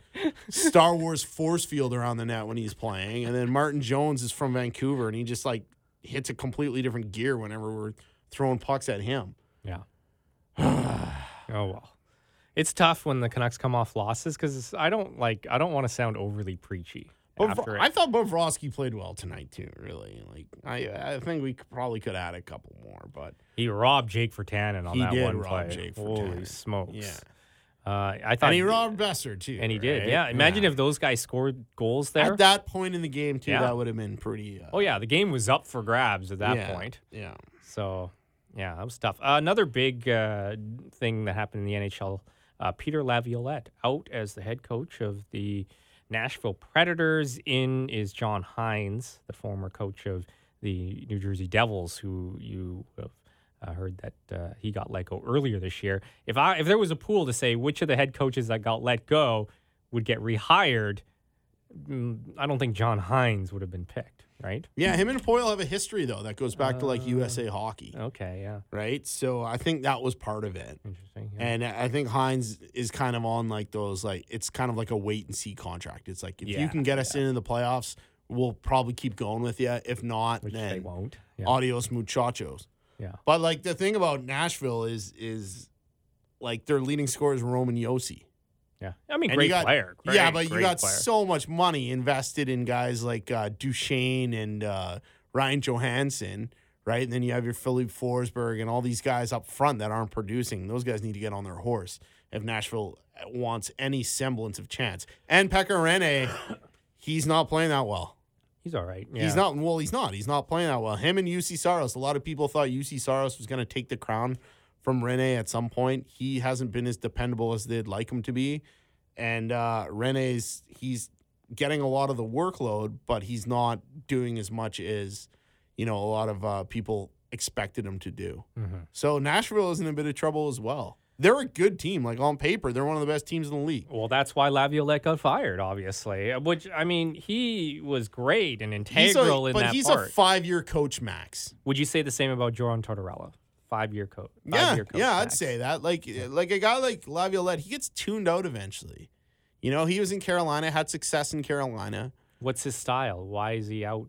Star Wars force field around the net when he's playing, and then Martin Jones is from Vancouver, and he just like hits a completely different gear whenever we're throwing pucks at him. Yeah. oh well, it's tough when the Canucks come off losses because I don't like I don't want to sound overly preachy But after Vr- it. I thought Bobrovsky played well tonight too. Really, like I I think we could- probably could add a couple more, but he robbed Jake Furtanen on He that did one rob play. Jake Holy Furtanen. smokes! Yeah. Uh, I thought and he robbed Besser too, and he did. right? Yeah. Imagine if those guys scored goals there. at that point in the game too, Yeah. that would have been pretty. Uh, oh yeah, the game was up for grabs at that yeah, point. yeah. So, yeah, that was tough. Uh, another big uh, thing that happened in the NHL: uh, Peter Laviolette out as the head coach of the Nashville Predators. In is John Hines, the former coach of the New Jersey Devils, who you have uh, heard that uh, he got let go earlier this year. If I if there was a pool to say which of the head coaches that got let go would get rehired, mm, I don't think John Hines would have been picked. Right? Yeah, him and Poyle have a history though that goes back to Uh, like USA hockey, Okay. Yeah. right? So I think that was part of it. Interesting. yeah. And I I think Hines is kind of on like those like it's kind of like a wait and see contract. It's like if you Yeah, can get us into the playoffs, we'll probably keep going with you. If not, Which then they won't. Yeah. adios muchachos. Yeah. But like the thing about Nashville is is like their leading scorer is Roman Yossi. Yeah. I mean, And great you got- player. Great, yeah, but you great got player. so much money invested in guys like uh, Duchesne and uh, Ryan Johansson, right? And then you have your Philippe Forsberg and all these guys up front that aren't producing. Those guys need to get on their horse if Nashville uh, wants any semblance of chance. And Pekka Rene, he's not playing that well. He's all right. Yeah. He's not. Well, he's not. He's not playing that well. Him and UC Saros. A lot of people thought UC Saros was going to take the crown from Rene at some point. He hasn't been as dependable as they'd like him to be, and uh, Rene's he's getting a lot of the workload, but he's not doing as much as you know a lot of uh, people expected him to do. Mhm. So Nashville is in a bit of trouble as well. They're a good team. Like on paper, they're one of the best teams in the league. Well, that's why Laviolette got fired, obviously. uh, Which I mean, he was great and He's a- integral in but that he's part. a five-year coach, Max. Would you say the same about Joran Tortorella? Five year coach. Yeah, year coach yeah, I'd max. say that. Like, eh, like a guy like Laviolette, he gets tuned out eventually. You know, he was in Carolina, had success in Carolina. What's his style? Why is he out?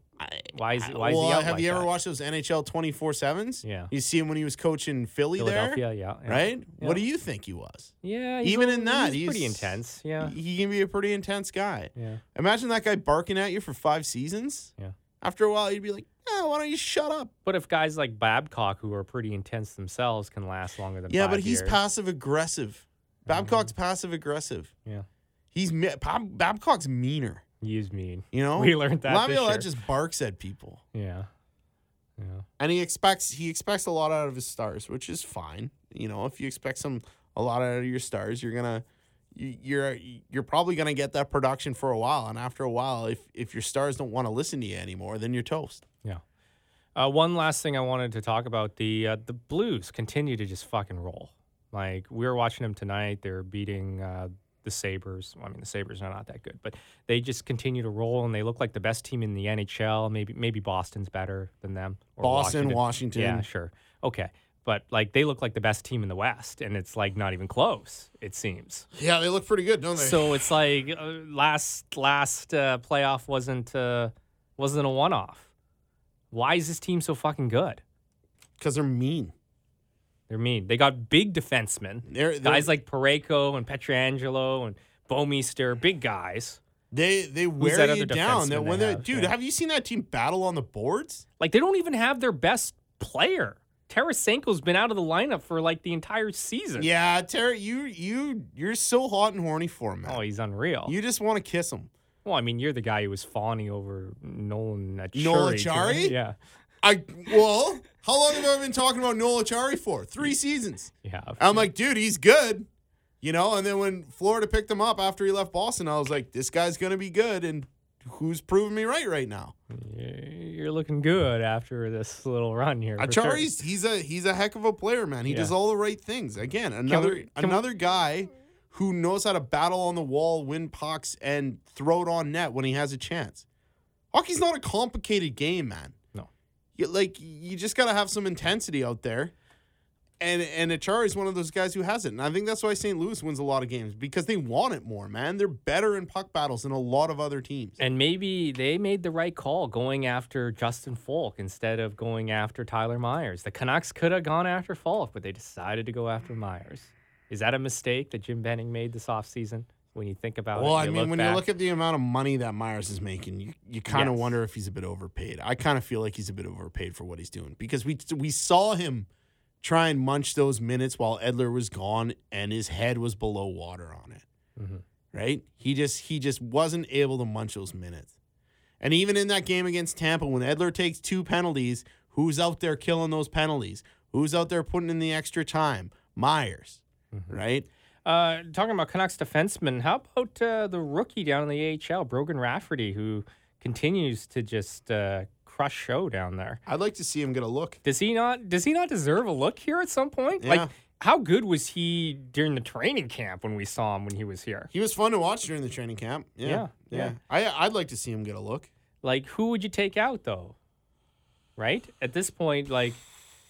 Why is why is Uh, well, he out have like you ever that? watched those NHL twenty four sevens? Yeah. you see him when he was coaching Philly Philadelphia? Yeah, yeah. there, right? What Yeah. do you think he was? Yeah, he's Even a- in that, he's pretty he's- intense. Yeah, He he can be a pretty intense guy. yeah. Imagine that guy barking at you for five seasons. Yeah. After a while, you'd be like, "Oh, why don't you shut up?" But if guys like Babcock, who are pretty intense themselves, can last longer than Yeah, five but he's years- Mm-hmm. passive aggressive. Babcock's passive aggressive. Yeah. He's me- Bab- Babcock's meaner. he's mean. You know, We learned that this Laviolette year. Oh, just barks at people, Yeah, yeah. and he expects he expects a lot out of his stars, which is fine. You know, if you expect some a lot out of your stars, you're gonna you- you're you're probably gonna get that production for a while, and after a while, if if your stars don't want to listen to you anymore, then you're toast. Uh, one last thing I wanted to talk about the uh, the Blues continue to just fucking roll. Like we were watching them tonight, they're beating uh, the Sabers. I mean, the Sabers are not that good, but they just continue to roll, and they look like the best team in the NHL. Maybe maybe Boston's better than them. or Boston, Washington, Yeah, sure, okay, but like they look like the best team in the West, and it's like not even close. It seems. yeah, they look pretty good, don't they? So it's like uh, last last uh, playoff wasn't uh, wasn't a one off. Why is this team so fucking good? because they're mean. They're mean. They got big defensemen, They're, they're guys like Pareko and Petrangelo and Bomeister, big guys. they they that wear you other down. defenseman That when they they have? dude, Yeah. have you seen that team battle on the boards? Like they don't even have their best player. Tarasenko's been out of the lineup for like the entire season. Yeah, Terry, you you you're so hot and horny for him, man. Oh, he's unreal. You just want to kiss him. well, I mean, you're the guy who was fawning over Nolan Achari. Nolan Achari? Yeah. I well, how long have I been talking about Noel Achari for? Three seasons. Yeah. I'm like, dude, he's good. You know, and then when Florida picked him up after he left Boston, I was like, this guy's gonna be good, and who's proving me right right now? You're looking good after this little run here. for sure. Achari's he's a he's a heck of a player, man. He does Yeah. all the right things. Again, another we- can we- another guy who knows how to battle on the wall, win pucks, and throw it on net when he has a chance. Hockey's not a complicated game, man. No. You, like you just gotta have some intensity out there. And and Achari's one of those guys who has it. And I think that's why St. Louis wins a lot of games because they want it more, man. They're better in puck battles than a lot of other teams. And maybe they made the right call going after Justin Falk instead of going after Tyler Myers. The Canucks could have gone after Falk, but they decided to go after Myers. Is that a mistake that Jim Benning made this offseason? When you think about it, Well, I you mean, when you back- look at the amount of money that Myers is making, you, you kind of Yes. wonder if he's a bit overpaid. I kind of feel like he's a bit overpaid for what he's doing because we we saw him try and munch those minutes while Edler was gone and his head was below water on it. Mhm. Right? He just he just wasn't able to munch those minutes. And even in that game against Tampa, when Edler takes two penalties, who's out there killing those penalties? Who's out there putting in the extra time? Myers, Mm-hmm. right? Uh, talking about Canucks defensemen, how about uh, the rookie down in the AHL, Brogan Rafferty, who continues to just uh, crush show down there? I'd like to see him get a look. Does he not? Does he not deserve a look here at some point? Yeah. Like, how good was he during the training camp when we saw him when he was here? He was fun to watch during the training camp. Yeah. Yeah, Yeah. yeah. I I'd like to see him get a look. Like, who would you take out though? Right at this point, like,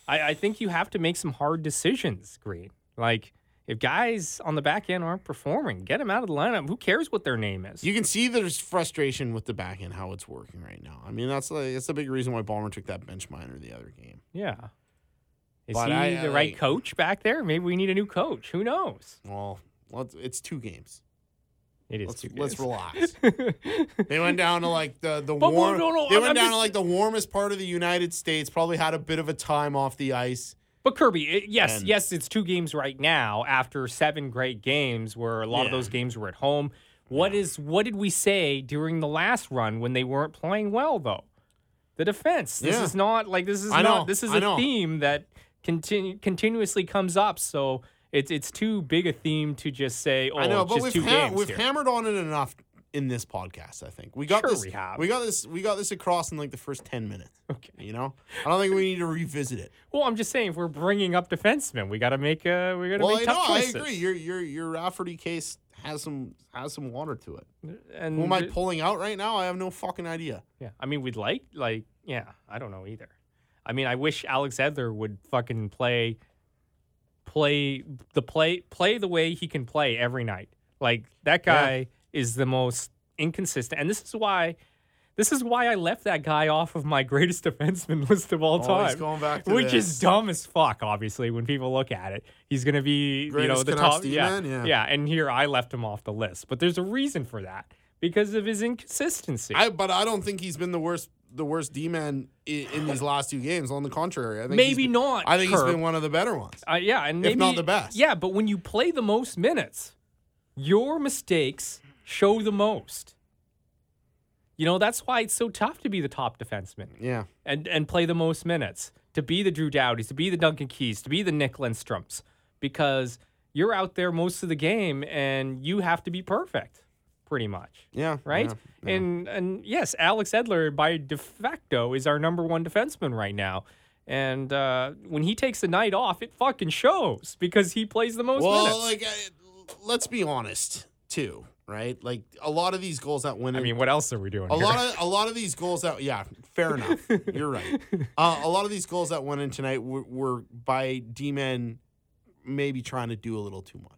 I, I think you have to make some hard decisions, Green. Like, if guys on the back end aren't performing, get them out of the lineup. Who cares what their name is? You can see there's frustration with the back end how it's working right now. I mean, that's like, that's the big reason why Ballmer took that bench minor the other game. yeah. Is But he I- uh, the I- right coach back there? Maybe we need a new coach. Who knows? Well, let's- it's two games. It is Let's, two let's days. relax. They went down to like the the But, but, warm. no, no, they I'm- went I'm down just- to like the warmest part of the United States. Probably had a bit of a time off the ice. But Kirby, it, yes, And- yes, it's two games right now after seven great games where a lot of Yeah. those games were at home. What is what did we say during the last run when they weren't playing well though? The defense. This Yeah. is not like this is I not know, this is I a know. theme that continu- continuously comes up. So it's it's too big a theme to just say oh I know, but just we've two ha- games we've here. hammered on it enough in this podcast. I think we got Sure this. we have. got this. We got this across in like the first ten minutes. Okay. You know, I don't think we need to revisit it. Well, I'm just saying if we're bringing up defensemen, we got to make uh we got to Well, I make know. tough I choices. agree. Your your your Rafferty case has some has some water to it. and Who am I th- pulling out right now? I have no fucking idea. Yeah. I mean, we'd like, like, yeah, I don't know either. I mean, I wish Alex Edler would fucking play, play the play, play the way he can play every night. Like that Yeah. guy is the most inconsistent, and this is why, this is why I left that guy off of my greatest defenseman list of all Oh, he's time, going back to which is this. dumb as fuck. Obviously, when people look at it, he's gonna be you know Greatest the Canucks top, yeah, D-man? Yeah. yeah. And here I left him off the list, but there's a reason for that because of his inconsistency. I but I don't think he's been the worst the worst D man in, in these last two games. On the contrary, I think he's Maybe been- not, I think he's Kirk. been one of the better ones. Uh, yeah, and If maybe, not the best. Yeah, but when you play the most minutes, your mistakes show the most. You know that's why it's so tough to be the top defenseman Yeah. and and play the most minutes to be the Drew Dowdys, to be the Duncan Keys, to be the Nick Lindstroms, because you're out there most of the game and you have to be perfect, pretty much. Yeah. Right? yeah, yeah. And and yes, Alex Edler by de facto is our number one defenseman right now. And uh, when he takes the night off, it fucking shows because he plays the most Well, minutes. like I, let's be honest too, right? Like a lot of these goals that win. I in- mean, what else are we doing? a here? lot of a lot of these goals that yeah, fair enough. You're right. Uh, a lot of these goals that went in tonight were, were by D men maybe trying to do a little too much.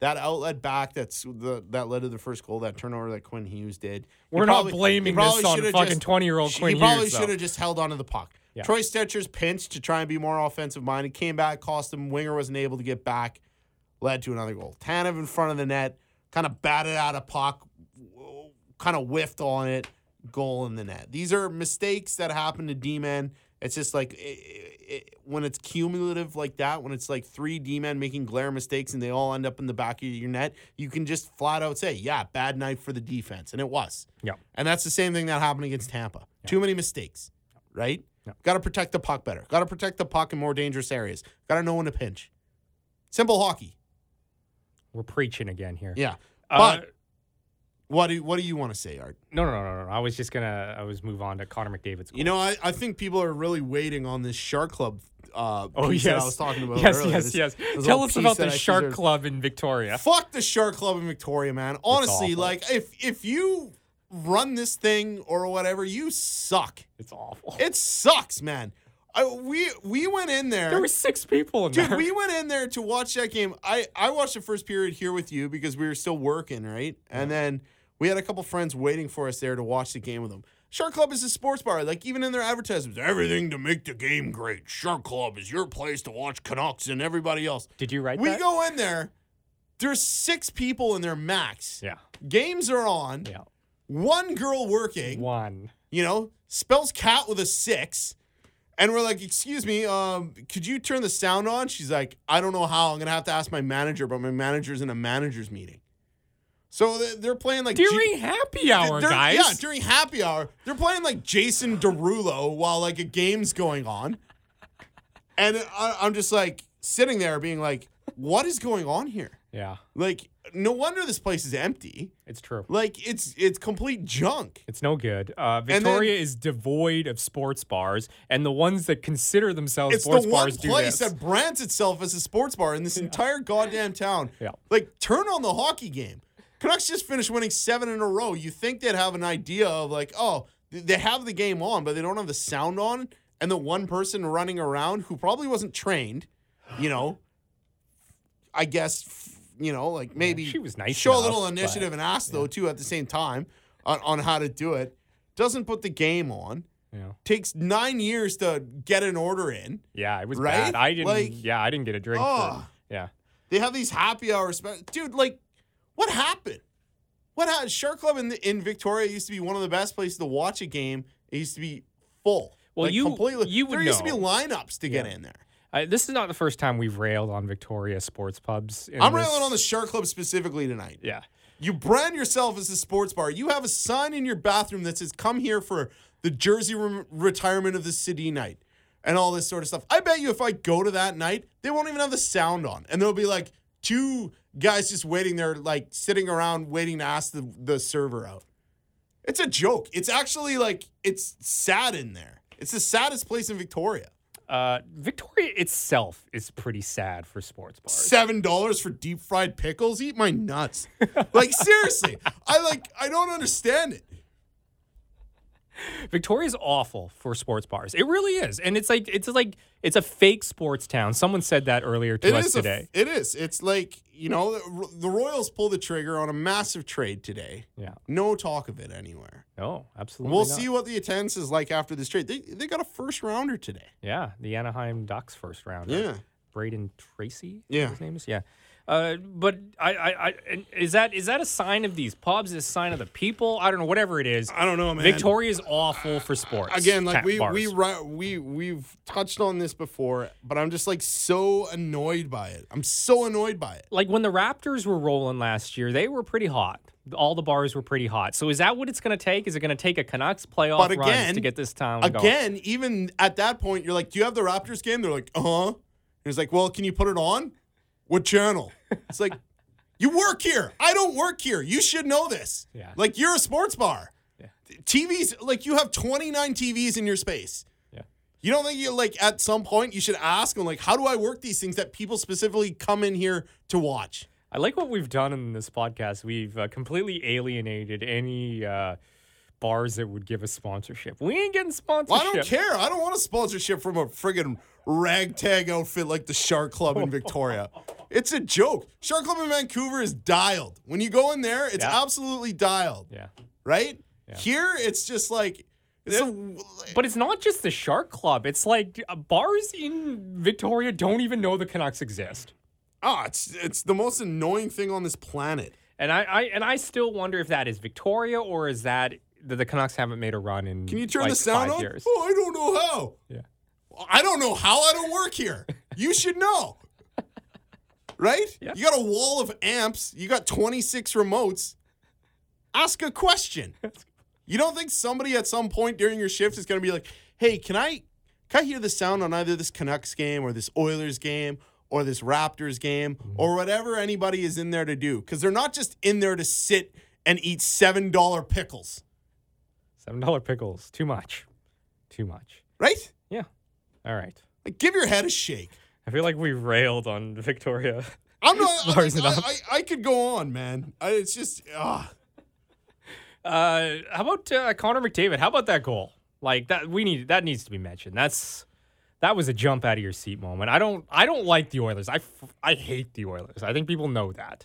That outlet back that's the that led to the first goal, that turnover that Quinn Hughes did. He We're not probably- he blaming probably this on should've fucking just- 20-year-old sh- Quinn He probably Hughes, though. should have just held onto the puck. Yeah. Troy Stetcher's pinch to try and be more offensive minded came back, cost him. Winger wasn't able to get back, led to another goal. Tanev in front of the net, kind of batted out a puck, kind of whiffed on it, goal in the net. These are mistakes that happen to D men. It's just like i i i when it's cumulative like that, when it's like three D men making glare mistakes and they all end up in the back of your net, you can just flat out say, yeah, bad night for the defense. And it was. Yeah. And that's the same thing that happened against Tampa. Too many mistakes, right? Got to protect the puck better. Got to protect the puck in more dangerous areas. Got to know when to pinch. Simple hockey. We're preaching again here. Yeah. Uh, But what do what do you want to say, Art? no, no, no, no, no. I was just gonna. I was move on to Connor McDavid's. You know, I, I think people are really waiting on this Shark Club uh, piece Oh yes, that I was talking about Yes, earlier. yes, This- yes. this Tell little us piece about that the I Shark shared. Club in Victoria. Fuck the Shark Club in Victoria, man. Honestly, awful. like if if you run this thing or whatever, you suck. It's awful. It sucks, man. I, we we went in there. there were six people in Dude, there. we went in there to watch that game. I, I watched the first period here with you because we were still working, right? And then we had a couple friends waiting for us there to watch the game with them. Shark Club is a sports bar. Like, even in their advertisements, everything to make the game great. Shark Club is your place to watch Canucks and everybody else. Did you write we that? go in there, there's six people in there max. yeah, Games are on. yeah. One girl working One. you know, spells cat with a six. And we're like, excuse me, um, could you turn the sound on? She's like, I don't know how. I'm going to have to ask my manager, but my manager's in a manager's meeting. So they- they're playing like. G- During happy hour, they're- guys. Yeah, during happy hour. They're playing like Jason Derulo while like a game's going on. And I, I'm just like sitting there being like, what is going on here? yeah, Like, no wonder this place is empty. it's true. Like, it's it's complete junk. It's no good. Uh, then- Victoria is devoid of sports bars, and the ones that consider themselves it's sports the one bars place do this. that brands itself as a sports bar in this entire goddamn town. Yeah. Like, turn on the hockey game. Canucks just finished winning seven in a row. You think they'd have an idea of like, oh, th- they have the game on, but they don't have the sound on, and the one person running around who probably wasn't trained, you know, I guess, f- you know, like maybe she was nice show enough, a little but- initiative and ask though too at the same time on, on how to do it. Doesn't put the game on. Yeah. Takes nine years to get an order in. yeah, it was Right? bad. I didn't. Like- ah. yeah, I didn't get a drink. for- Ugh. yeah, They have these happy hours, spe- dude. Like, what happened? What happened? Shark Club in, in Victoria used to be one of the best places to watch a game. It used to be full. Well, Like, you- completely. you would there used to be know. lineups to get in there. Uh, this is not the first time we've railed on Victoria sports pubs. in I'm this- railing on the Shark Club specifically tonight. Yeah. You brand yourself as a sports bar. You have a sign in your bathroom that says, come here for the Jersey rem- retirement of the city night and all this sort of stuff. I bet you if I go to that night, they won't even have the sound on. And there'll be like two guys just waiting there, like sitting around waiting to ask the, the server out. It's a joke. It's actually like, it's sad in there. It's the saddest place in Victoria. Uh, Victoria itself is pretty sad for sports bars. seven dollars for deep fried pickles? Eat my nuts. like seriously, I like I don't understand it. Victoria's awful for sports bars. It really is, and it's like it's like it's a fake sports town. Someone said that earlier to It us is a f- today. it is. It's like you know the- the Royals pull the trigger on a massive trade today. yeah. No talk of it anywhere. No, absolutely. We'll not. see what the attendance is like after this trade. They they got a first rounder today. Yeah, the Anaheim Ducks first round. Yeah. Braden Tracy. I think Yeah. His name is yeah. Uh, but I, I, I, and is that is that a sign of these pubs? Is a sign of the people? I don't know. Whatever it is, I don't know, man. Victoria's awful for sports. Again, like ta- we bars. we ri- we we've touched on this before, but I'm just like so annoyed by it. I'm so annoyed by it. like when the Raptors were rolling last year, they were pretty hot. All the bars were pretty hot. So is that what it's going to take? Is it going to take a Canucks playoff But run again- to get this town going? again, even at that point, you're like, "Do you have the Raptors game?" They're like, "Uh huh." And it's like, "Well, can you put it on? What channel?" It's like, "You work here. I don't work here. You should know this. Yeah. Like, you're a sports bar. TVs. Like, you have 29 TVs in your space. Yeah. You don't think you like at some point you should ask them like, "How do I work these things that people specifically come in here to watch?" I like what we've done in this podcast. We've uh, completely alienated any uh, bars that would give us sponsorship. We ain't getting sponsorship. Well, I don't care. I don't want a sponsorship from a friggin' ragtag outfit like the Shark Club in Victoria. It's a joke. Shark Club in Vancouver is dialed. When you go in there, it's Yeah. absolutely dialed, Yeah. right? Here, it's just like, it's a, But it's not just the Shark Club. It's like uh, bars in Victoria don't even know the Canucks exist. oh, it's, it's the most annoying thing on this planet. And I, I and I still wonder if that is Victoria or is that that the Canucks haven't made a run in Can you turn like the sound five on? years. Oh, I don't know how. Yeah. I don't know how I don't work here. You should know. Right? Yeah. You got a wall of amps, you got 26 remotes. Ask a question. You don't think somebody at some point during your shift is going to be like, "Hey, can I can I hear the sound on either this Canucks game or this Oilers game or this Raptors game Mm-hmm. or whatever anybody is in there to do?" Cuz they're not just in there to sit and eat $7 pickles, Seven dollar pickles. Too much. Too much. right? Yeah. All right. Like give your head a shake. I feel like we've railed on Victoria. I'm not. I, Bars like, it up. I, I, I could go on, man. I, it's just ah, Uh, how about uh, Connor McDavid? How about that goal? Like that we need that needs to be mentioned. That's that was a jump out of your seat moment. I don't I don't like the Oilers. I, f- I hate the Oilers. I think people know that.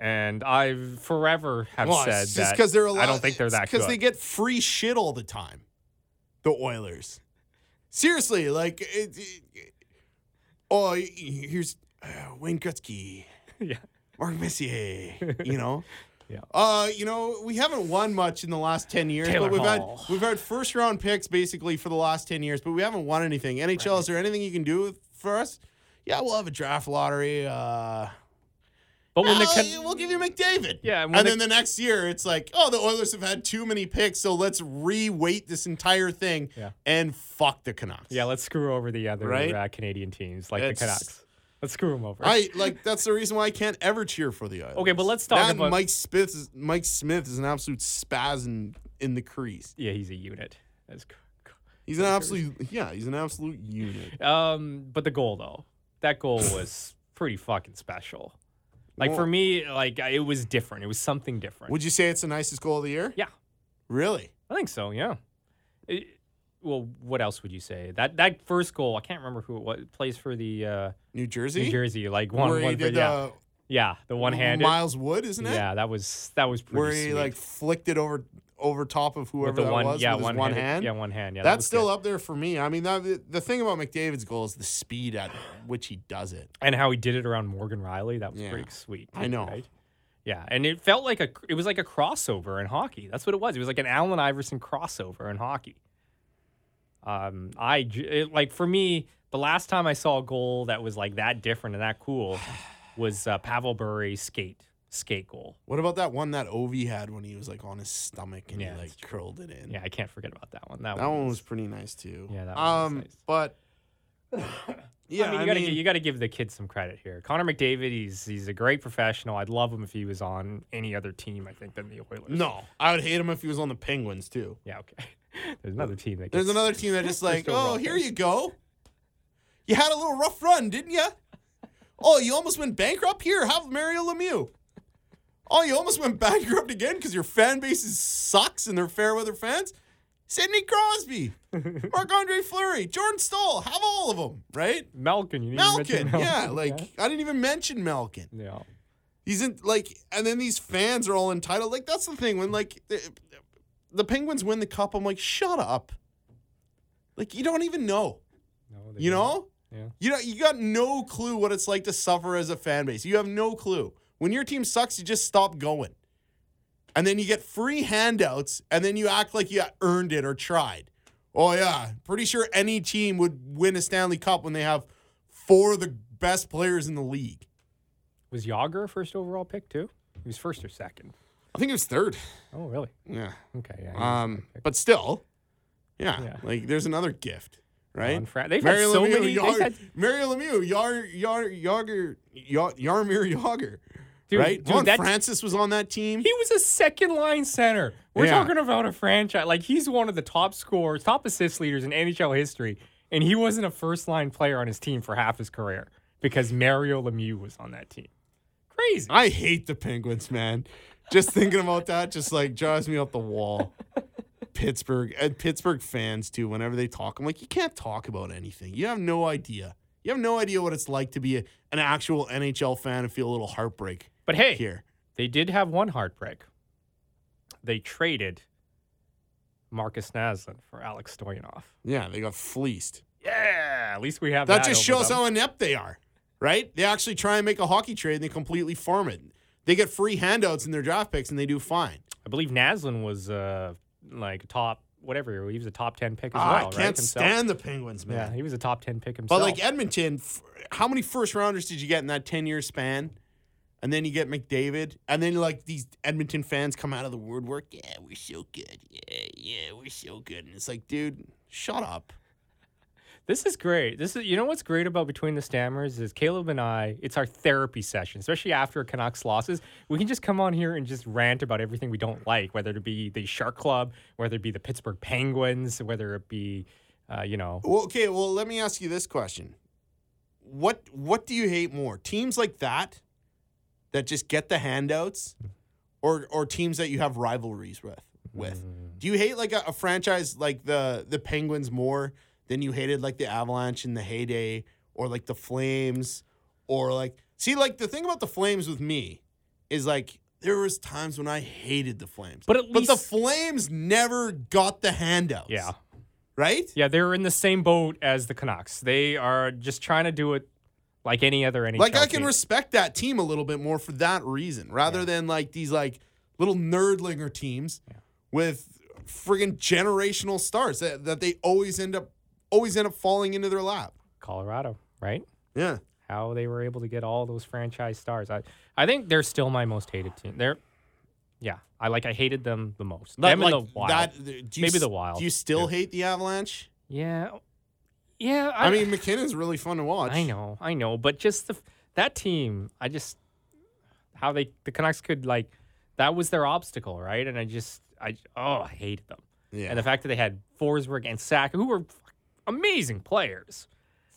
And I've forever have well, said it's just that because they're. I don't think they're that good. because they get free shit all the time. The Oilers, seriously, like, it, it- oh, here's uh, Wayne Gretzky, yeah. Mark Messier, you know. Yeah. Uh, you know, we haven't won much in the last ten years, Taylor but we've Hall. had we've had first round picks basically for the last ten years, but we haven't won anything. NHL, is there anything you can do for us? Yeah, we'll have a draft lottery. Uh, But when the "Oh, Can- we'll give you McDavid. Yeah, and and, when the- then the next year it's like, oh, the Oilers have had too many picks, so let's reweight this entire thing Yeah. and fuck the Canucks. yeah, let's screw over the other Right? uh, Canadian teams like It's- the Canucks. Let's screw them over. I like that's the reason why I can't ever cheer for the Oilers. Okay, but let's talk That and about- Mike Smith. Is, Mike Smith is an absolute spaz in, in the crease. yeah, he's a unit. That's cr- He's an absolute yeah. He's an absolute unit. Um, but the goal though, that goal was pretty fucking special. Like for Well- me, like I- it was different. It was something different. Would you say it's the nicest goal of the year? Yeah. Really? I think so. Yeah. It- well, what else would you say? That that first goal, I can't remember who it was. Plays for the uh, New Jersey. New Jersey, like one Where he one. For, did yeah, uh, yeah, the one handed. Miles Wood, isn't it? Yeah, that was that was pretty Where he sweet. like flicked it over over top of With whoever the that one, was yeah, with his one-handed- one hand. yeah, one hand, yeah. That's still up there for me. I mean, that, the- the thing about McDavid's goal is the speed at which he does it. and how he did it around Morgan Riley. That was Yeah. pretty sweet. I know. right? Yeah, and it felt like a it was like a crossover in hockey. That's what it was. It was like an Allen Iverson crossover in hockey. Um, I j- it, like for me, the last time I saw a goal that was like that different and that cool was uh, Pavel Bury's skate skate goal. What about that one that Ovi had when he was like on his stomach and Yeah, he that's like curled it in? Yeah, I can't forget about that one. That, that one was pretty nice too. Yeah, that one was um, nice. but yeah, I mean, you gotta gi- you gotta give the kid some credit here. Connor McDavid, he's he's a great professional. I'd love him if he was on any other team, I think, than the Oilers. no, I would hate him if he was on the Penguins too. Yeah, okay. There's another team that. There's gets- another team that just like, go oh, rough here us." you go. You had a little rough run, didn't you? Oh, you almost went bankrupt. Here, have Mario Lemieux. Oh, you almost went bankrupt again because your fan base is sucks and they're fair weather fans. Sidney Crosby, Marc Andre Fleury, Jordan Stahl, have all of them, right? Malkin. You didn't even mention Malkin, yeah, Malkin, like I didn't even mention Malkin. yeah. Yeah. He's in like, and then these fans are all entitled. Like that's the thing when like the, the Penguins win the cup, I'm like, shut up. Like you don't even know, No, they you didn't. know? Yeah. You know, you got no clue what it's like to suffer as a fan base. You have no clue. When your team sucks, you just stop going, and then you get free handouts, and then you act like you earned it or tried. Oh yeah, pretty sure any team would win a Stanley Cup when they have four of the best players in the league. Was Yager a first overall pick too? He was first or second. I think it was third. Oh, really? Yeah. Okay. Yeah. he was Um, second pick. but still, yeah, Yeah. like there's another gift, right? Ron Fra- they've had so many- they've Yar, had- Mario Lemieux, Yar, Yar, Yager, Yar, Yarmir Yager, Dude, right? dude, Ron that- Francis was on that team. He was a second line center. We're Yeah. talking about a franchise. Like he's one of the top scorers, top assist leaders in NHL history, and he wasn't a first line player on his team for half his career because Mario Lemieux was on that team. Crazy. I hate the Penguins, man. Just thinking about that just like drives me up the wall. Pittsburgh and Pittsburgh fans too. Whenever they talk, I'm like, you can't talk about anything. You have no idea. You have no idea what it's like to be a- an actual NHL fan and feel a little heartbreak But hey, here. they did have one heartbreak. They traded Marcus Naslin for Alex Stoyanov. Yeah, they got fleeced. Yeah, at least we have That that. just over shows them. how inept they are, right? They actually try and make a hockey trade and they completely farm it. They get free handouts in their draft picks and they do fine. I believe Naslin was uh like top whatever. He was a top ten pick as Ah, well. I right, can't himself? stand the Penguins, Yeah, man. he was a top ten pick himself. but like Edmonton, f- how many first rounders did you get in that 10 year span? And then you get McDavid, and then like these Edmonton fans come out of the woodwork. Yeah, we're so good. Yeah, yeah, we're so good. And it's like, dude, shut up. This is great. This is you know what's great about between the stammers is Caleb and I. It's our therapy session, especially after Canucks losses. We can just come on here and just rant about everything we don't like, whether it be the Shark Club, whether it be the Pittsburgh Penguins, whether it be, uh, you know, Well, okay, well, let me ask you this question. What what do you hate more? Teams like that that just get the handouts or or teams that you have rivalries with with? Mm. Do you hate like a, a franchise like the the Penguins more than you hated like the Avalanche in the heyday or like the Flames or like See like the thing about the Flames with me is like there was times when I hated the Flames. But at the least- Flames never got the handouts. yeah, Right? yeah, they're in the same boat as the Canucks. They are just trying to do it like any other NHL. Like I can team. respect that team a little bit more for that reason, rather than like these like little nerdlinger teams with friggin' generational stars that, that they always end up always end up falling into their lap. Colorado, right? Yeah. how they were able to get all those franchise stars. I, I think they're still my most hated team. They're, yeah, I like I hated them the most. That, them like, and the Wild. that- do you Maybe s- the Wild. Do you still hate the Avalanche? yeah, yeah. I, I, mean, McKinnon's really fun to watch. I know, I know, but just the that team, I just how they the Canucks could like that was their obstacle, right? And I just I oh I hated them. Yeah. And the fact that they had Forsberg and Sack, who were amazing players,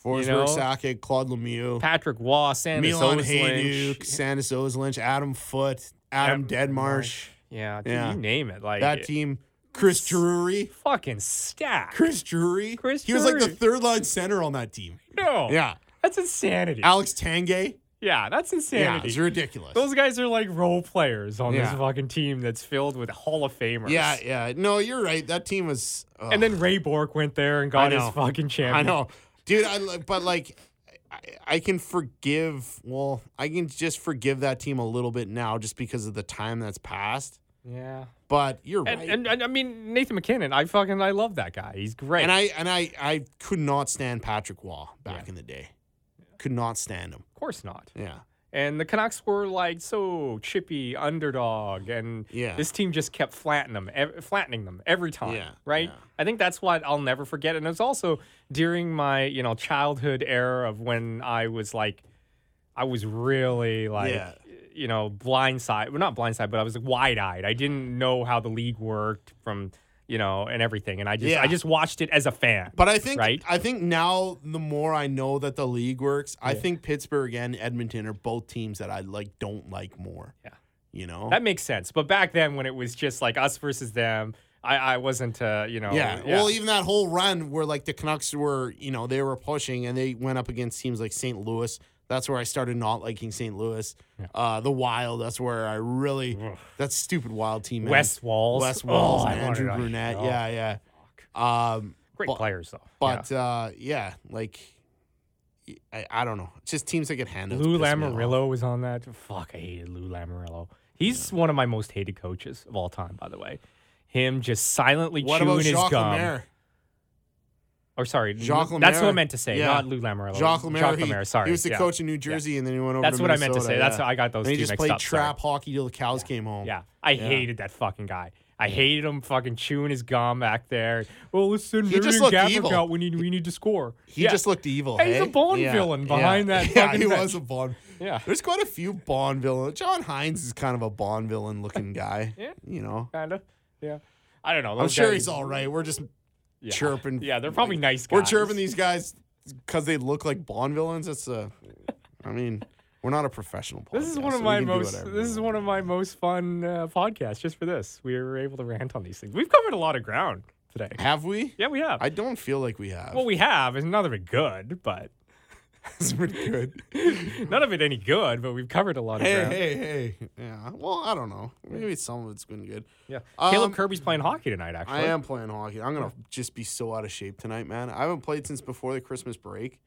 Forsberg, you know? Sakic, Claude Lemieux, Patrick Waugh, Sanders, Milan Otis Lynch. Hayduk, Sandis Ozlynch, Adam Foote, Adam Deadmarsh. yeah, dude, Yeah. you name it, like That team, Chris Drury. fucking stacked. Chris Drury. Chris he was like the Drury. third line center on that team. No. Yeah. That's insanity. Alex Tangay. yeah, that's Yeah, insanity. it's ridiculous. Those guys are like role players on Yeah. this fucking team that's filled with Hall of Famers. yeah, yeah. No, you're right. That team was. ugh, And then Ray Bork went there and got I his know. fucking championship. I know, dude. I li- but like, I, I can forgive. Well, I can just forgive that team a little bit now, just because of the time that's passed. Yeah. But you're And, right. and, and I mean Nathan McKinnon, I fucking I love that guy. He's great. And I and I I could not stand Patrick Waugh back Yeah. in the day. Could not stand him. of course not. Yeah. And the Canucks were like so chippy underdog, and Yeah. this team just kept flattening them, ev- flattening them every time, Yeah, right? yeah. I think that's what I'll never forget. And it's also during my you know childhood era of when I was like, I was really like. Yeah. You know, blindside. Well, not blindside, but I was wide-eyed. I didn't know how the league worked from, you know, and everything. And I just, Yeah. I just watched it as a fan. But I think Right. I think now the more I know that the league works, I think Pittsburgh and Edmonton are both teams that I like don't like more. Yeah. You know? That makes sense. But back then, when it was just like us versus them, I, I wasn't, uh, you know. yeah. Well, even that whole run where like the Canucks were, you know, they were pushing and they went up against teams like St. Louis. That's where I started not liking St. Louis. Uh, the Wild. That's where I really. That stupid Wild team. man. West Walls. West Walls. Oh, I Andrew wanted- I- Brunette. oh, Yeah, yeah. Um, Great but- players, though. But yeah. uh yeah, like I, I don't know. It's just teams that get yeah. handled. Lou Lamarillo was on that. Fuck, I hated Lou Lamarillo. He's one of my most hated coaches of all time, by the way. Him just silently What chewing about his Jacques gum. Lemaire? Or sorry, Jacques Lou- that's what I Lemaire. meant to say, Yeah. not Lou Lamarillo. Jacques Lemaire. he- Lemaire, sorry. He was the yeah. coach in New Jersey and then he went over That's to what I meant to say. Minnesota, That's yeah. how I got those And he two just mixed played up, sorry. trap hockey till the cows came home. Yeah, I hated that fucking guy. I hated him fucking chewing his gum back there. Well, listen, He just Marion looked Gabrick evil. out. We need, we need to score. He Yeah. just looked evil. Hey, he's a hey? Bond Yeah, villain yeah, behind that Yeah, fucking he bench. was a Bond. Yeah. There's quite a few Bond villains. John Hines is kind of a Bond villain looking guy. Yeah. You know. kind of. Yeah, I don't know. I'm those sure guys- he's all right. We're just yeah. chirping. Yeah, they're probably nice guys. We're chirping these guys because they look like Bond villains. It's a, I mean, we're not a professional. This is podcast, one of so we my can do most. whatever we This is want. one of my most fun uh, podcasts. Just for this, we were able to rant on these things. We've covered a lot of ground today. Have we? Yeah, we have. I don't feel like we have. well, we have. It's none of it good, but It's pretty good. none of it any good. But we've covered a lot of hey, ground. hey, hey. Yeah. Well, I don't know. Maybe some of it's been good. Yeah. Um, Caleb Kirby's playing hockey tonight. Actually, I am playing hockey. I'm gonna just be so out of shape tonight, man. I haven't played since before the Christmas break,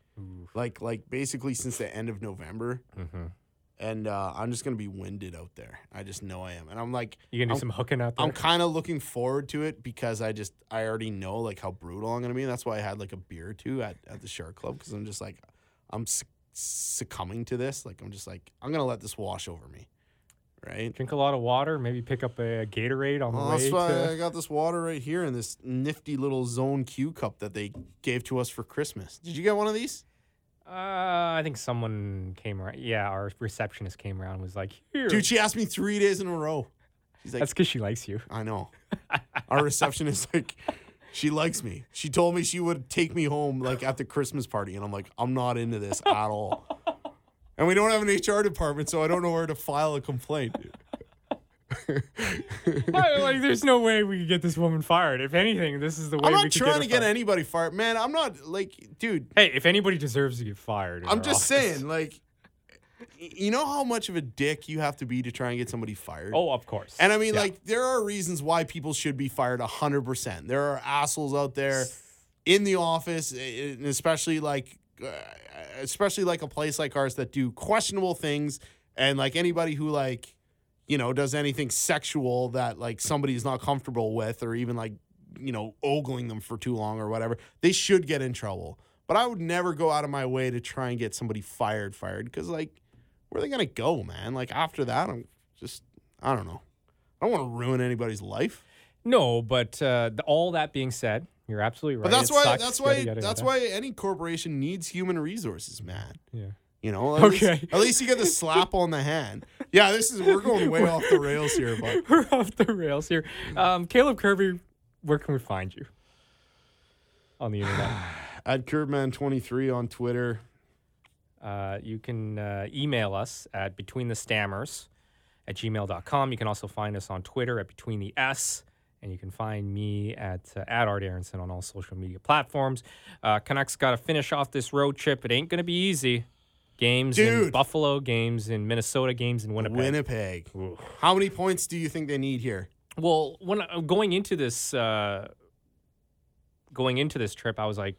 like like basically since the end of November. mm-hmm. And uh, I'm just gonna be winded out there. I just know I am, and I'm like, You can do I'm- some hooking out there. I'm kind of looking forward to it because I just I already know like how brutal I'm gonna be. That's why I had like a beer or two at, at the Shark Club because I'm just like I'm suc- succumbing to this. Like I'm just like I'm gonna let this wash over me, right? Drink a lot of water. Maybe pick up a Gatorade on the Well, way. Oh, that's why I To... got this water right here in this nifty little Zone Q cup that they gave to us for Christmas. Did you get one of these? Uh, I think someone came around. Yeah, our receptionist came around and was like, "Here." Dude, she asked me three days in a row. She's like, that's because she likes you. I know. Our receptionist like she likes me. She told me she would take me home like at the Christmas party and I'm like I'm not into this at all. And we don't have an HR department so I don't know where to file a complaint. I- like, there's no way we could get this woman fired. If anything, this is the way I'm we not could trying her to get fired. anybody fired. Man, I'm not like dude, Hey, if anybody deserves to get fired, in I'm our just office- saying like y- you know how much of a dick you have to be to try and get somebody fired? Oh, of course. And I mean, Yeah. like, there are reasons why people should be fired 100%. There are assholes out there in the office, eh, and especially like, uh, especially like a place like ours that do questionable things. And like anybody who, like, you know, does anything sexual that like somebody's not comfortable with or even like, you know, ogling them for too long or whatever, they should get in trouble. But I would never go out of my way to try and get somebody fired, fired, because like, where are they gonna go, man? Like after that, I'm just, I don't know. I don't want to ruin anybody's life. no, but uh, th- all that being said, you're absolutely right. But that's It why sucks, that's why yada, yada, that's yada. why any corporation needs human resources, man. Yeah. You know, at Okay. Least, at least you get the slap on the hand. Yeah, this is we're going way off the rails here, but We're off the rails here. Um, Caleb Kirby, where can we find you on the internet? at Curbman23 on Twitter. Uh, you can uh, email us at between the stammers at gmail.com. You can also find us on Twitter at between the S. And you can find me at uh, at Art Aronson on all social media platforms. Uh, Canucks got to finish off this road trip. It ain't going to be easy. Games in Dude. Buffalo, games in Minnesota, games in Winnipeg. Winnipeg. How many points do you think they need here? Well, when uh, going into this, uh, going into this trip, I was like,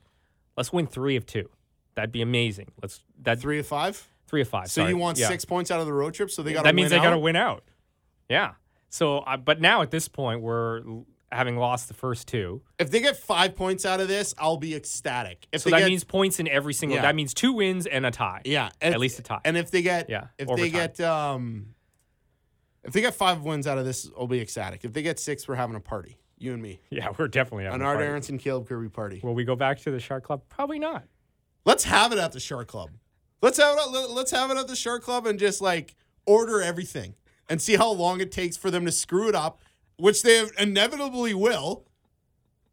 let's win three of two. That'd be amazing. Let's that three, Three to five. three of five. So sorry. you want Yeah. six points out of the road trip? So they got that means they got to win out. Yeah. So, uh, but now at this point, we're l- having lost the first two. If they get five points out of this, I'll be ecstatic. If So they that get, means points in every single. Yeah. That means two wins and a tie. yeah, at least a tie. And if they get Yeah, if they overtime. get um, if they get five wins out of this, I'll be ecstatic. If they get six, we're having a party, you and me, Yeah, we're definitely having an a Art party. Aronson, Caleb Kirby party. Will we go back to the Shark Club? Probably not. Let's have it at the Shark Club. Let's have it. At, let- let's have it at the Shark Club and just like order everything and see how long it takes for them to screw it up, which they inevitably will.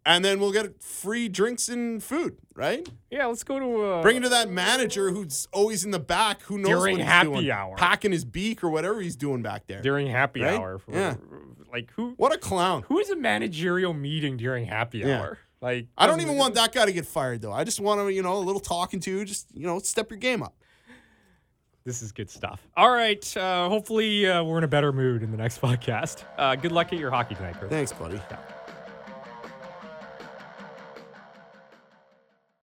And then we'll get free drinks and food, right? Yeah, let's go to uh, Bring it to that manager who's always in the back, who knows During what he's happy doing, hour. packing his beak or whatever he's doing back there. during happy Right? hour. For, Yeah. Like who? what a clown! Who is a managerial meeting during happy Yeah. hour? Like I don't even want that guy to get fired though. I just want to, you know, a little talking to, just you know, step your game up. This is good stuff. All right. Uh, hopefully, uh, we're in a better mood in the next podcast. Uh, good luck at your hockey tonight, Chris. Thanks, buddy. Yeah.